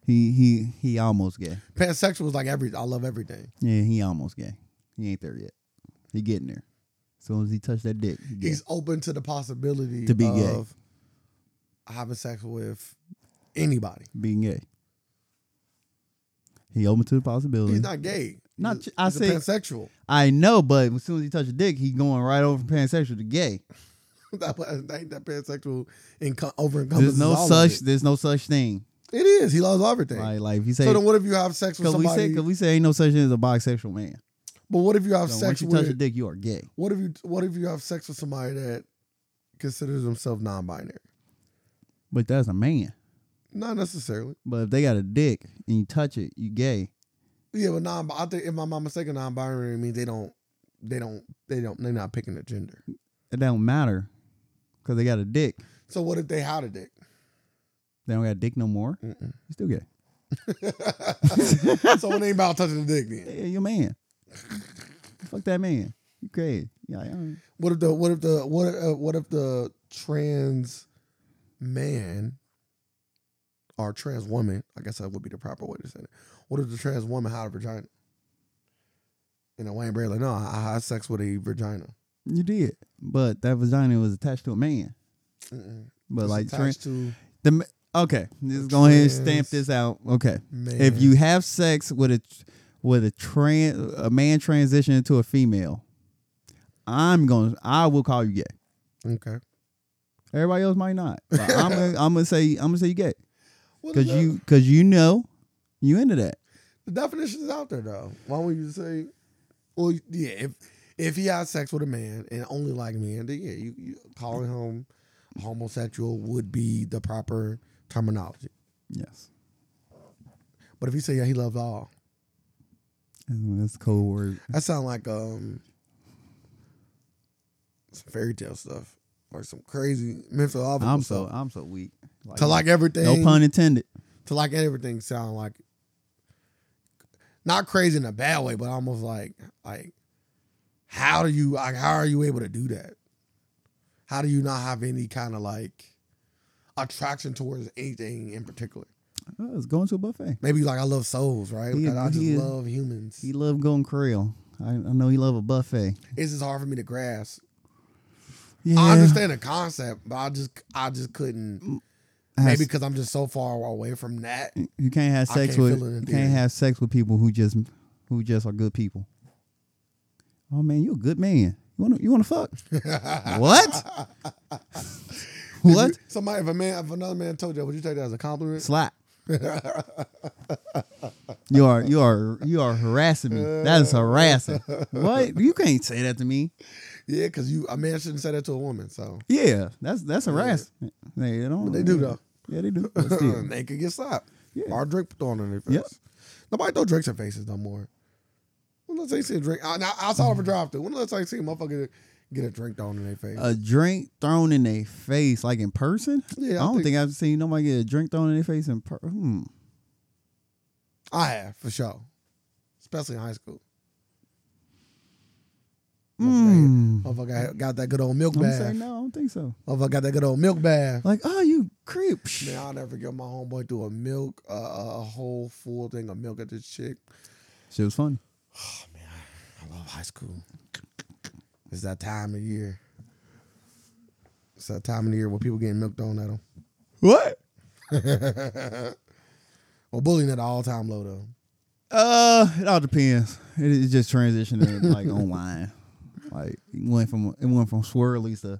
Speaker 1: He he he almost gay.
Speaker 2: Pansexual is like every. I love everything.
Speaker 1: Yeah, he almost gay. He ain't there yet. He getting there. As soon as he touched that dick, he gay.
Speaker 2: He's open to the possibility
Speaker 1: To be gay.
Speaker 2: of having sex with anybody.
Speaker 1: being gay. He open to the possibility.
Speaker 2: He's not gay.
Speaker 1: Not
Speaker 2: He's-
Speaker 1: ch- I
Speaker 2: he's a
Speaker 1: say-
Speaker 2: pansexual.
Speaker 1: I know, but as soon as he touched a dick, he going right over from pansexual to gay.
Speaker 2: that, that that pansexual inco- over encompasses
Speaker 1: There's no
Speaker 2: all of
Speaker 1: such.
Speaker 2: It.
Speaker 1: There's no such thing.
Speaker 2: it is. He loves everything.
Speaker 1: Like like if you say
Speaker 2: so then, what if you have sex with
Speaker 1: because we
Speaker 2: somebody?
Speaker 1: say because we say ain't no such thing as a bisexual man.
Speaker 2: but what if you have
Speaker 1: So once
Speaker 2: sex
Speaker 1: you touch a
Speaker 2: with?
Speaker 1: dick, you are gay.
Speaker 2: What if you what if you have sex with somebody that considers themselves non-binary?
Speaker 1: But that's a man.
Speaker 2: Not necessarily.
Speaker 1: But if they got a dick and you touch it, you gay.
Speaker 2: Yeah, but non. I think if my mom mistaken non-binary means they don't, they don't, they don't, they're not picking a gender.
Speaker 1: It don't matter because they got a dick.
Speaker 2: So what if they had a dick?
Speaker 1: They don't got a dick no more.
Speaker 2: Mm-mm.
Speaker 1: You still gay.
Speaker 2: so it ain't about touching the dick then.
Speaker 1: Yeah, you a man. Fuck that man. You crazy? Yeah. I don't-
Speaker 2: What if the what if the what if, uh, what if the trans man or trans woman? I guess that would be the proper way to say it. What if the trans woman had a vagina? You know, Wayne Bradley. No, I, I had sex with a vagina.
Speaker 1: You did, but that vagina was attached to a man.
Speaker 2: Mm-mm.
Speaker 1: But
Speaker 2: It's
Speaker 1: like trans,
Speaker 2: attached to
Speaker 1: the ma- okay, just go ahead and stamp
Speaker 2: Trans-
Speaker 1: this out. Okay,
Speaker 2: man.
Speaker 1: if you have sex with a with a trans a man transitioning to a female, I'm gonna I will call you gay.
Speaker 2: okay,
Speaker 1: Everybody else might not. But I'm gonna, I'm gonna say I'm gonna say you gay
Speaker 2: Well,
Speaker 1: because
Speaker 2: the-
Speaker 1: you because you know you into that.
Speaker 2: the definition is out there though. Why would you say? Well, yeah, if if he had sex with a man and only like men, then yeah, you, you calling him homosexual would be the proper terminology.
Speaker 1: Yes,
Speaker 2: But if you say yeah, he loves all,
Speaker 1: Mm, that's a cold word.
Speaker 2: that sound like um some fairy tale stuff or some crazy mental office.
Speaker 1: I'm so I'm so weak. Like,
Speaker 2: to like everything.
Speaker 1: no pun intended.
Speaker 2: to like everything sound like not crazy in a bad way, but almost like like how do you like how are you able to do that? How do you not have any kind of like attraction towards anything in particular?
Speaker 1: I was going to a buffet.
Speaker 2: Maybe like I love souls, right?
Speaker 1: He-
Speaker 2: Like, I just
Speaker 1: he-
Speaker 2: love humans.
Speaker 1: He loved going krill. I, I know he loved a buffet.
Speaker 2: it's just hard for me to grasp.
Speaker 1: Yeah, Mm,
Speaker 2: I understand the concept, but I just I just couldn't.
Speaker 1: I have-
Speaker 2: Maybe because I'm just so far away from that.
Speaker 1: you can't have
Speaker 2: I
Speaker 1: sex
Speaker 2: can't
Speaker 1: with
Speaker 2: feel it in
Speaker 1: you
Speaker 2: theory.
Speaker 1: can't have sex with people who just who just are good people. Oh man, you a good man. You wanna you wanna fuck? what? what?
Speaker 2: Somebody, if a man, if another man told you, would you take that as a compliment?
Speaker 1: Slap. you are you are you are harassing me. That is harassing. What? You can't say that to me.
Speaker 2: Yeah, because you a man shouldn't say that to a woman. So
Speaker 1: Yeah, that's that's harassment. They don't.
Speaker 2: But they do, though.
Speaker 1: Yeah, they do. But still.
Speaker 2: they could get slapped.
Speaker 1: Yeah.
Speaker 2: Or Drake thrown in their face.
Speaker 1: Yep.
Speaker 2: Nobody throw drinks in faces no more. When let's say see a drink I, now, outside of a drive through. When let's say see a motherfucker get a drink thrown in their face.
Speaker 1: a drink thrown in their face, like in person.
Speaker 2: Yeah, I
Speaker 1: I don't
Speaker 2: think-
Speaker 1: think, I've seen nobody get a drink thrown in their face in person. Hmm.
Speaker 2: I have for sure, especially in high school.
Speaker 1: Mm.
Speaker 2: Motherfucker had- got that good old milk
Speaker 1: I'm saying
Speaker 2: bath.
Speaker 1: no, I don't think so.
Speaker 2: Motherfucker got that good old milk bath.
Speaker 1: Like, oh, you creep. Psh.
Speaker 2: Man, I'll never forget my homeboy threw a milk, uh, a whole full thing of milk at this chick.
Speaker 1: Shit was funny.
Speaker 2: I love high school. It's that time of year. It's that time of the year where people getting milked on at them.
Speaker 1: What?
Speaker 2: Well, bullying at an all time low though.
Speaker 1: Uh, it all depends. It, it just transitioned to like online. Like it went from it went from swirlies to